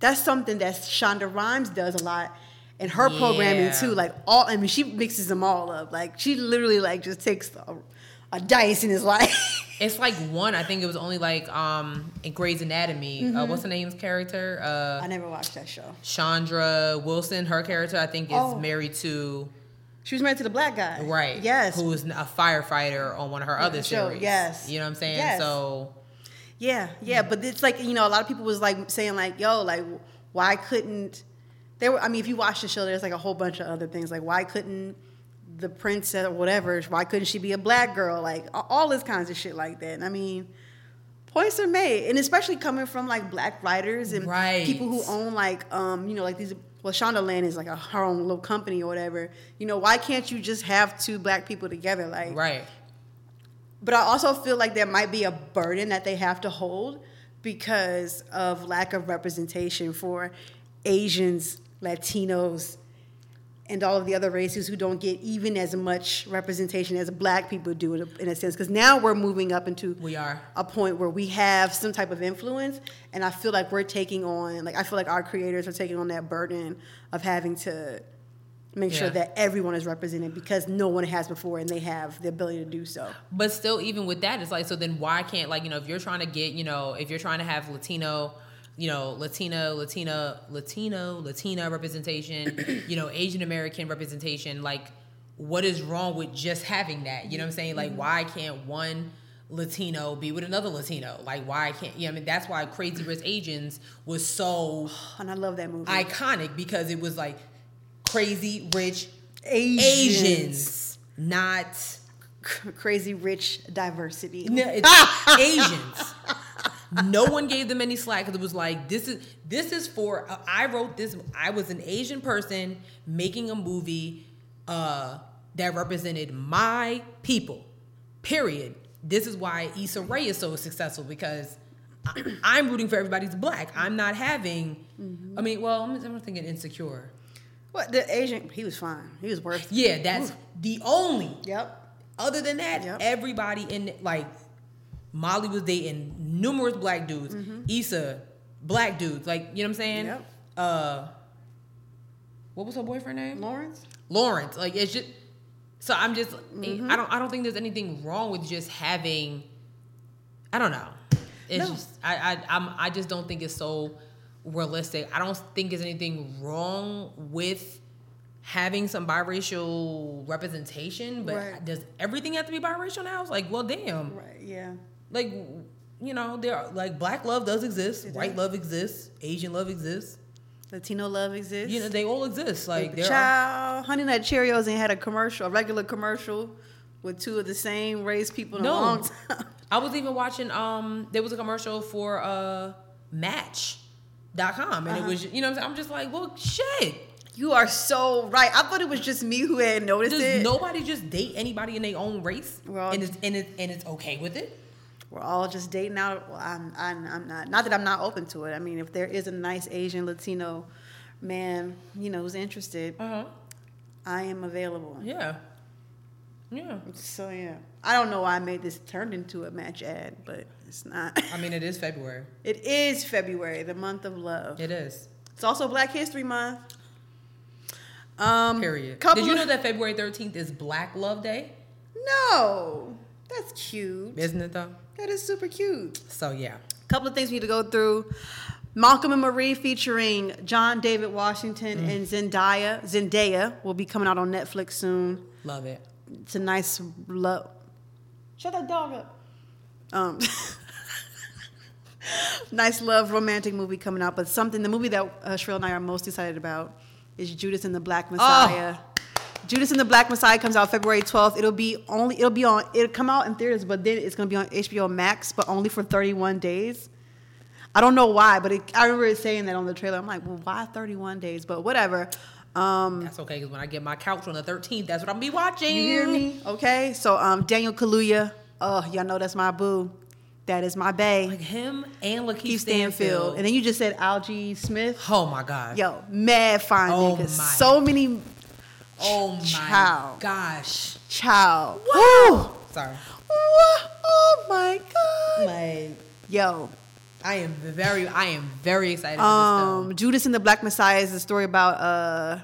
Speaker 1: that's something that Shonda Rhimes does a lot in her programming
Speaker 2: Yeah.
Speaker 1: too. Like all, I mean, she mixes them all up. Like she literally like just takes a, a dice and is like,
Speaker 2: It's like one. I think it was only like um in Grey's Anatomy. Uh,
Speaker 1: Mm-hmm.
Speaker 2: what's the name's character? Uh,
Speaker 1: I never watched that show.
Speaker 2: Chandra Wilson. Her character, I think, is
Speaker 1: Oh.
Speaker 2: married to
Speaker 1: She was married to the black guy,
Speaker 2: right.
Speaker 1: Yes,
Speaker 2: who is a firefighter on one of her other
Speaker 1: Sure,
Speaker 2: series.
Speaker 1: yes.
Speaker 2: you know what I'm saying.
Speaker 1: Yes.
Speaker 2: So
Speaker 1: Yeah, yeah, but it's like you know, a lot of people was like saying like, "Yo, like, why couldn't there were I mean if you watch the show there's like a whole bunch of other things like why couldn't the princess or whatever why couldn't she be a black girl like a- all this kinds of shit like that and I mean points are made and especially coming from like black writers and
Speaker 2: Right.
Speaker 1: people who own like um you know like these well Shonda Land is like a, her own little company or whatever you know why can't you just have two black people together like
Speaker 2: Right.
Speaker 1: but I also feel like there might be a burden that they have to hold because of lack of representation for Asians, Latinos, and all of the other races who don't get even as much representation as black people do in a, in a sense. Because now we're moving up into
Speaker 2: We are.
Speaker 1: a point where we have some type of influence, and I feel like we're taking on like I feel like our creators are taking on that burden of having to make sure
Speaker 2: Yeah.
Speaker 1: that everyone is represented because no one has before and they have the ability to do so.
Speaker 2: But still, even with that, it's like, so then why can't, like, you know, if you're trying to get, you know, if you're trying to have Latino, you know, Latino, Latina, Latino, Latina representation, you know, Asian American representation, like, what is wrong with just having that? You know what I'm saying? Like, why can't one Latino be with another Latino? Like, why can't, you know, what I mean, that's why Crazy Rich Asians was so
Speaker 1: And I love that movie.
Speaker 2: iconic because it was like crazy rich
Speaker 1: Asians.
Speaker 2: Asians, not.
Speaker 1: C- Crazy rich diversity.
Speaker 2: No, it's Asians. No one gave them any slack because it was like this is this is for uh, I wrote this. I was an Asian person making a movie uh, that represented my people. Period. This is why Issa Rae is so successful because I, I'm rooting for everybody's black. I'm not having. I mean, well, I'm, I'm thinking insecure.
Speaker 1: What the Asian? He was fine. He was worth. it.
Speaker 2: Yeah, that's the only
Speaker 1: Yep.
Speaker 2: other than that,
Speaker 1: Yep.
Speaker 2: everybody in like Molly was dating numerous black dudes. Issa, black dudes. Like, you know what I'm
Speaker 1: Mm-hmm.
Speaker 2: saying?
Speaker 1: Yep.
Speaker 2: Uh what was her boyfriend name?
Speaker 1: Lawrence.
Speaker 2: Lawrence. Like it's just so I'm just eh,
Speaker 1: Mm-hmm.
Speaker 2: I don't I don't think there's anything wrong with just having I don't know. It's
Speaker 1: No.
Speaker 2: just I, I I'm I just don't think it's so realistic. I don't think there's anything wrong with having some biracial representation, but
Speaker 1: Right.
Speaker 2: does everything have to be biracial now? It's like, well damn.
Speaker 1: Right. Yeah.
Speaker 2: Like you know, there are like black love does exist, white love exists, Asian love exists.
Speaker 1: Latino love exists.
Speaker 2: You know, they all exist. Like there are
Speaker 1: Child, Honey Nut Cheerios ain't had a commercial, a regular commercial, with two of the same race people in a
Speaker 2: No.
Speaker 1: long time.
Speaker 2: I was even watching um there was a commercial for uh match.com and it
Speaker 1: Uh-huh.
Speaker 2: was you know what I'm, saying? I'm just like, well shit.
Speaker 1: You are so right. I thought it was just me who had noticed
Speaker 2: Does
Speaker 1: it.
Speaker 2: nobody just date anybody in their own race?
Speaker 1: Well-
Speaker 2: and it's and it's and it's okay with it?
Speaker 1: We're all just dating out. Well, I'm, I'm, I'm not. Not that I'm not open to it. I mean, if there is a nice Asian Latino man, you know, who's interested,
Speaker 2: Uh-huh.
Speaker 1: I am available.
Speaker 2: Yeah. Yeah.
Speaker 1: So yeah, I don't know why I made this turned into a match ad, but it's not.
Speaker 2: I mean it is February.
Speaker 1: It is February, the month of love.
Speaker 2: It is.
Speaker 1: It's also Black History Month. Um,
Speaker 2: Period.
Speaker 1: Couple
Speaker 2: Did you know
Speaker 1: of-
Speaker 2: that February 13th is Black Love Day?
Speaker 1: No, that's cute.
Speaker 2: Isn't it though?
Speaker 1: That is super cute.
Speaker 2: So yeah.
Speaker 1: couple of things we need to go through. Malcolm and Marie featuring John David Washington and Zendaya. Zendaya will be coming out on Netflix soon.
Speaker 2: Love it.
Speaker 1: It's a nice love. Shut that dog up. Um, nice love romantic movie coming out, but something the movie that uh, Shrill and I are most excited about is Judas and the Black Messiah. Judas and the Black Messiah comes out February 12th. It'll be only it'll be on it'll come out in theaters, but then it's gonna be on HBO Max, but only for 31 days. I don't know why, but it, I remember it saying that on the trailer. I'm like, well, why 31 days? But whatever. Um,
Speaker 2: That's okay because when I get my couch on the 13th, that's what I'm gonna be watching.
Speaker 1: you hear me? Okay. So um, Daniel Kaluuya. Oh, y'all know that's my boo. That is my bae.
Speaker 2: Like him and Lakeith
Speaker 1: Keith Stanfield.
Speaker 2: Stanfield.
Speaker 1: And then you just said Algie Smith.
Speaker 2: oh my God.
Speaker 1: Yo, mad fine
Speaker 2: Oh
Speaker 1: niggas.
Speaker 2: my.
Speaker 1: So many
Speaker 2: Oh my
Speaker 1: Child.
Speaker 2: gosh.
Speaker 1: child.
Speaker 2: Wow. Sorry.
Speaker 1: Woo. Wha- Oh my god.
Speaker 2: Like
Speaker 1: Yo.
Speaker 2: I am very I am very excited for
Speaker 1: Um,
Speaker 2: this
Speaker 1: Judas and the Black Messiah is a story about uh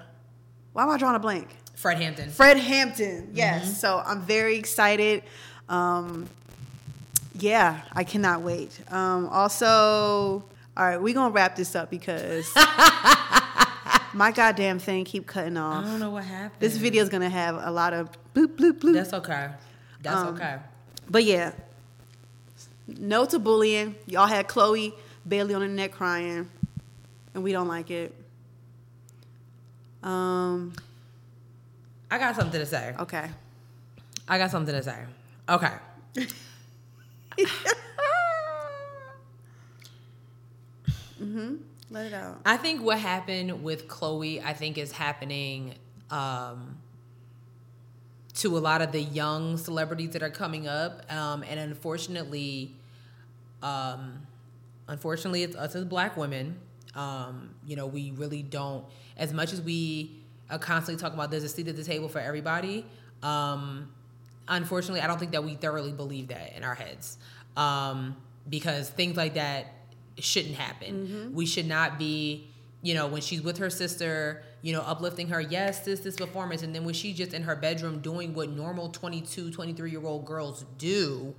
Speaker 1: why am I drawing a blank?
Speaker 2: film. Fred Hampton.
Speaker 1: Fred Hampton. Yes. So I'm very excited. Um, yeah, I cannot wait. Um, also, all right, we're gonna wrap this up because my goddamn thing keep cutting
Speaker 2: I
Speaker 1: off.
Speaker 2: don't know what happened.
Speaker 1: This video's gonna have a lot of bloop bloop bloop.
Speaker 2: That's okay. That's
Speaker 1: Um,
Speaker 2: okay.
Speaker 1: But yeah, no to bullying. Y'all had Chloe Bailey on the net crying. and we don't like it. Um.
Speaker 2: I got something to say.
Speaker 1: Okay.
Speaker 2: I got something to say. Okay.
Speaker 1: Ah. Mm-hmm. Let it out.
Speaker 2: I think what happened with Chloe, I think is happening um, to a lot of the young celebrities that are coming up, um, and unfortunately, um, unfortunately, it's us as Black women. Um, you know, we really don't as much as we are constantly talking about. There's a seat at the table for everybody. Um, unfortunately, I don't think that we thoroughly believe that in our heads um, because things like that shouldn't happen. We should not be, you know, when she's with her sister, you know, uplifting her, yes, this, this performance. And then when she's just in her bedroom doing what normal 22, 23 year old girls do,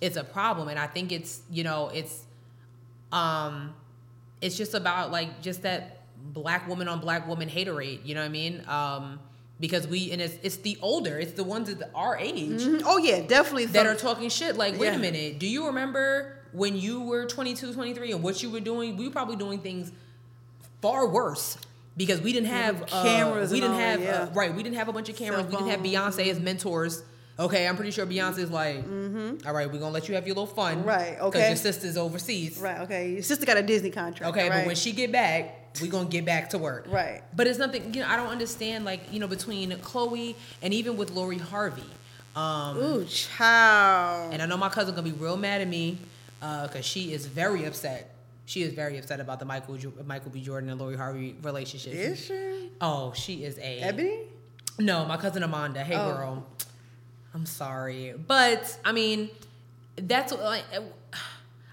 Speaker 2: it's a problem. And I think it's, you know, it's, um, it's just about like just that black woman on black woman haterade. You know what I mean? Um, because we and it's it's the older, it's the ones at our age
Speaker 1: Oh yeah, definitely. some-
Speaker 2: that are talking shit. Like, wait
Speaker 1: Yeah.
Speaker 2: a minute, do you remember when you were 22, 23 and what you were doing? We were probably doing things far worse because we didn't have uh,
Speaker 1: cameras
Speaker 2: we
Speaker 1: and
Speaker 2: didn't
Speaker 1: all that,
Speaker 2: have uh,
Speaker 1: yeah.
Speaker 2: right. We didn't have a bunch of cameras. We didn't have Beyonce as mentors. Okay, I'm pretty sure Beyonce's like, "All right, we're gonna let you have your little fun,
Speaker 1: Mm-hmm. Right, okay.
Speaker 2: Because your sister's overseas,
Speaker 1: right. Okay. Your sister got a Disney contract.
Speaker 2: Okay,
Speaker 1: right?
Speaker 2: but when she get back, we gonna get back to work.
Speaker 1: Right.
Speaker 2: But it's nothing. You know, I don't understand. Like you know, between Chloe and even with Lori Harvey, um,
Speaker 1: Ooh, child.
Speaker 2: and I know my cousin gonna be real mad at me because she is very upset. She is very upset about the Michael Ju- Michael B. Jordan and Lori Harvey relationship.
Speaker 1: Is she?
Speaker 2: Oh, she is a
Speaker 1: Ebony?
Speaker 2: no, my cousin Amanda. Hey,
Speaker 1: Oh.
Speaker 2: girl. I'm sorry. But, I mean, that's. like,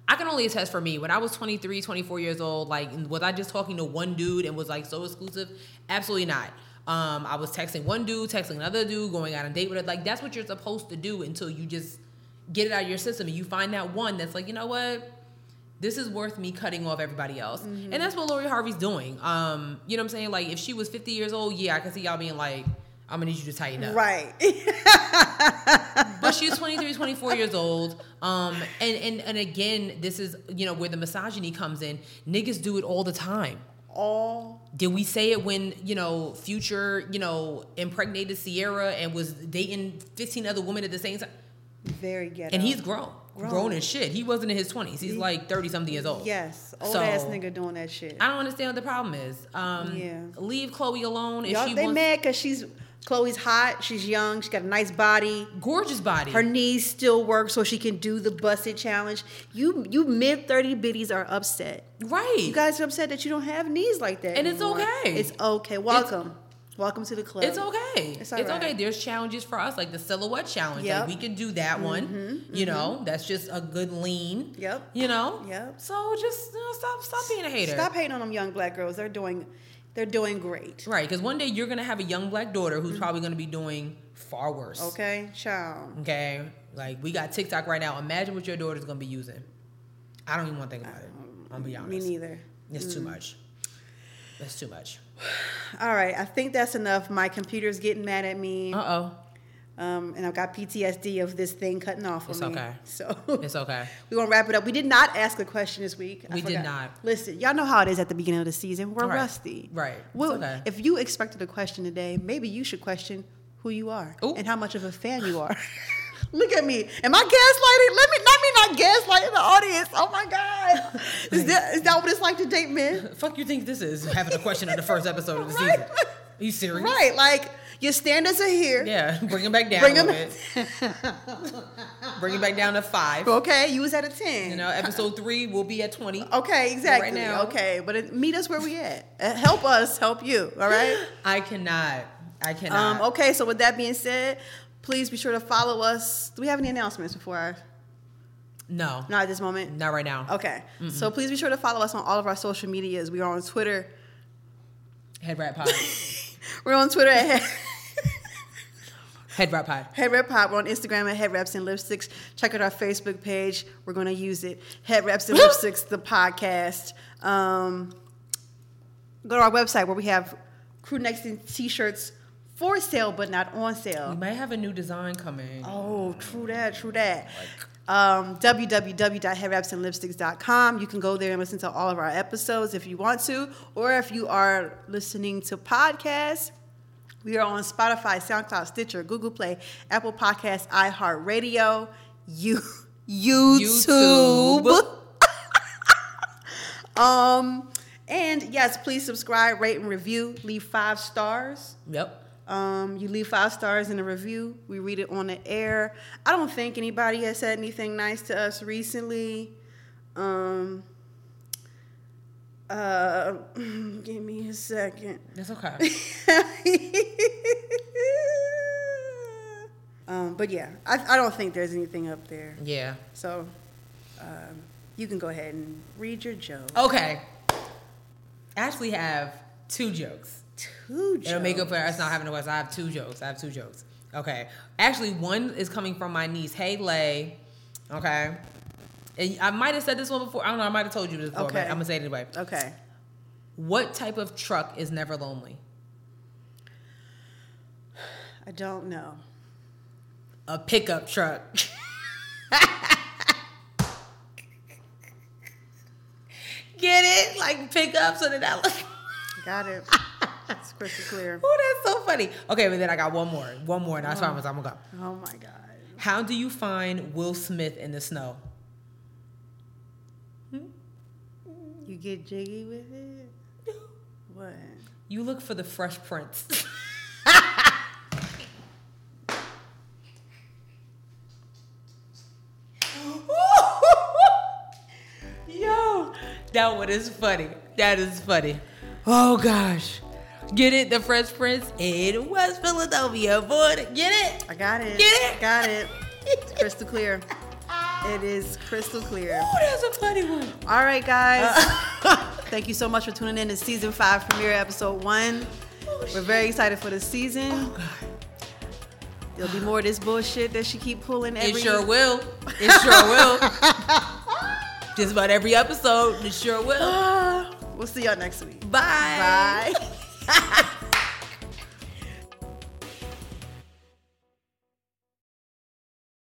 Speaker 2: I can only attest for me. When I was 23, 24 years old, like, was I just talking to one dude and was like so exclusive? Absolutely not. Um, I was texting one dude, texting another dude, going out on a date with it. Like, that's what you're supposed to do until you just get it out of your system and you find that one that's like, you know what? this is worth me cutting off everybody else. And that's what Lori Harvey's doing. Um, you know what I'm saying? Like if she was 50 years old, yeah, I could see y'all being like, I'm gonna need you to tighten up.
Speaker 1: Right.
Speaker 2: But she's 23, 24 years old. Um, and, and and again, this is you know where the misogyny comes in. Niggas do it all the time.
Speaker 1: all
Speaker 2: Did we say it when you know Future you know impregnated Sierra and was dating 15 other women at the same time?
Speaker 1: very ghetto.
Speaker 2: And he's grown,
Speaker 1: Grown.
Speaker 2: grown, as shit. He wasn't in his 20s. He's like 30 something years old.
Speaker 1: yes, old
Speaker 2: So-
Speaker 1: ass nigga doing that shit.
Speaker 2: I don't understand what the problem is. Um,
Speaker 1: Yeah.
Speaker 2: Leave Chloe alone. If
Speaker 1: Y'all,
Speaker 2: she
Speaker 1: they
Speaker 2: wants
Speaker 1: mad because she's Chloe's hot. She's young. She got a nice body.
Speaker 2: gorgeous body.
Speaker 1: Her knees still work, so she can do the busted challenge. You, you mid thirty biddies are upset.
Speaker 2: right.
Speaker 1: You guys are upset that you don't have knees like that,
Speaker 2: And it's
Speaker 1: anymore.
Speaker 2: okay.
Speaker 1: It's okay. Welcome, welcome to the club.
Speaker 2: it's okay.
Speaker 1: Um, It's
Speaker 2: It's,
Speaker 1: all right.
Speaker 2: okay. There's challenges for us, like the silhouette challenge.
Speaker 1: Yep. Mm-hmm,
Speaker 2: Like we could do that one. You know, that's just a good lean.
Speaker 1: Yep.
Speaker 2: You know.
Speaker 1: Yep.
Speaker 2: So just you know, stop, stop being a hater.
Speaker 1: Stop hating on them young black girls. They're doing, they're doing great.
Speaker 2: Right, because one day you're gonna have a young black daughter who's probably gonna be doing far worse.
Speaker 1: Mm. Okay, child.
Speaker 2: Okay. Like we got TikTok right now. Imagine what your daughter's gonna be using. I don't even want to think about it. I'm gonna be honest.
Speaker 1: Me neither. Mm.
Speaker 2: It's too much. It's too much.
Speaker 1: All right, I think that's enough. My computer's getting mad at me,
Speaker 2: Uh
Speaker 1: um, and I've got PTSD of this thing cutting off on
Speaker 2: It's
Speaker 1: me.
Speaker 2: okay.
Speaker 1: So
Speaker 2: oh. It's okay.
Speaker 1: we're gonna wrap it up. We did not ask a question this week. I
Speaker 2: We did
Speaker 1: forgot.
Speaker 2: not.
Speaker 1: Listen, y'all know how it is at the beginning of the season. We're
Speaker 2: Right.
Speaker 1: rusty.
Speaker 2: Right. It's
Speaker 1: Well,
Speaker 2: okay.
Speaker 1: if you expected a question today, maybe you should question who you are
Speaker 2: Ooh.
Speaker 1: and how much of a fan you are. Look at me. Am I gaslighting? Let me let me not gaslighting the audience. Oh my God. Is that is that what it's like to date men?
Speaker 2: fuck you think this is having a question on the first episode of the
Speaker 1: Right.
Speaker 2: season? Are you serious?
Speaker 1: Right. Like your standards are here.
Speaker 2: Yeah, bring him back down
Speaker 1: Bring
Speaker 2: a little
Speaker 1: him-
Speaker 2: bit. bring him back down to five.
Speaker 1: Okay, you was at a ten.
Speaker 2: You know, episode three will be at twenty.
Speaker 1: Okay, exactly.
Speaker 2: now.
Speaker 1: Okay, but it, meet us where we at. Uh, help us, help you. All right.
Speaker 2: I cannot. I cannot.
Speaker 1: Um, okay. So with that being said, please be sure to follow us. Do we have any announcements before? Our,
Speaker 2: No,
Speaker 1: not at this moment.
Speaker 2: not right now.
Speaker 1: Okay. So please be sure to follow us on all of our social medias. We are on Twitter.
Speaker 2: Head right pod.
Speaker 1: We're on Twitter at.
Speaker 2: Head right pod.
Speaker 1: Head Rep Pop. We're on Instagram at Head Reps and Lipsticks. Check out our Facebook page. We're going to use it. Head Reps and Lipsticks, the podcast. Um, go to our website where we have crew next in t shirts, for sale but not on sale.
Speaker 2: We might have a new design coming.
Speaker 1: Oh, true that, true that. Um, www.headwrapsandlipsticks.com. You can go there and listen to all of our episodes if you want to, or if you are listening to podcasts. We are on Spotify, SoundCloud, Stitcher, Google Play, Apple Podcasts, iHeartRadio, you, YouTube. um, and yes, please subscribe, rate, and review. Leave five stars.
Speaker 2: Yep.
Speaker 1: Um, you leave five stars in a review. We read it on the air. I don't think anybody has said anything nice to us recently. Um, uh, give me a second.
Speaker 2: That's okay.
Speaker 1: um, but yeah, I, I don't think there's anything up there.
Speaker 2: yeah.
Speaker 1: So um, you can go ahead and read your joke.
Speaker 2: Okay. I actually have two jokes.
Speaker 1: Two jokes.
Speaker 2: It'll make up for us not having a West. I have two jokes. I have two jokes. Okay. Actually, one is coming from my niece. Hey, Lay. Okay. And I might have said this one before. I don't know. I might have told you this before,
Speaker 1: Okay.
Speaker 2: but I'm going to say it anyway.
Speaker 1: Okay.
Speaker 2: What type of truck is never lonely?
Speaker 1: I don't know.
Speaker 2: A pickup truck. Get it? Like pickup so that I look.
Speaker 1: Got it. it's crystal clear.
Speaker 2: Oh, that's so funny. Okay, but then I got one more. One more, and I promise I'm gonna go.
Speaker 1: Oh my God.
Speaker 2: How do you find Will Smith in the snow?
Speaker 1: You get jiggy with it? What?
Speaker 2: You look for the Fresh Prince. Yo, that one is funny. That is funny. Oh gosh, get it? The Fresh Prince in West Philadelphia, boy. Get it?
Speaker 1: I got it.
Speaker 2: Get it?
Speaker 1: Got it. It's crystal clear. It is crystal clear.
Speaker 2: Oh, that's a funny one.
Speaker 1: All right, guys.
Speaker 2: Uh.
Speaker 1: Thank you so much for tuning in to season five premiere episode one.
Speaker 2: Oh,
Speaker 1: We're very excited for the season. There'll be more of this bullshit that she keep pulling every.
Speaker 2: It sure will. It sure will. Just about every episode, it sure will.
Speaker 1: Ah, we'll see y'all next week.
Speaker 2: Bye.
Speaker 1: Bye.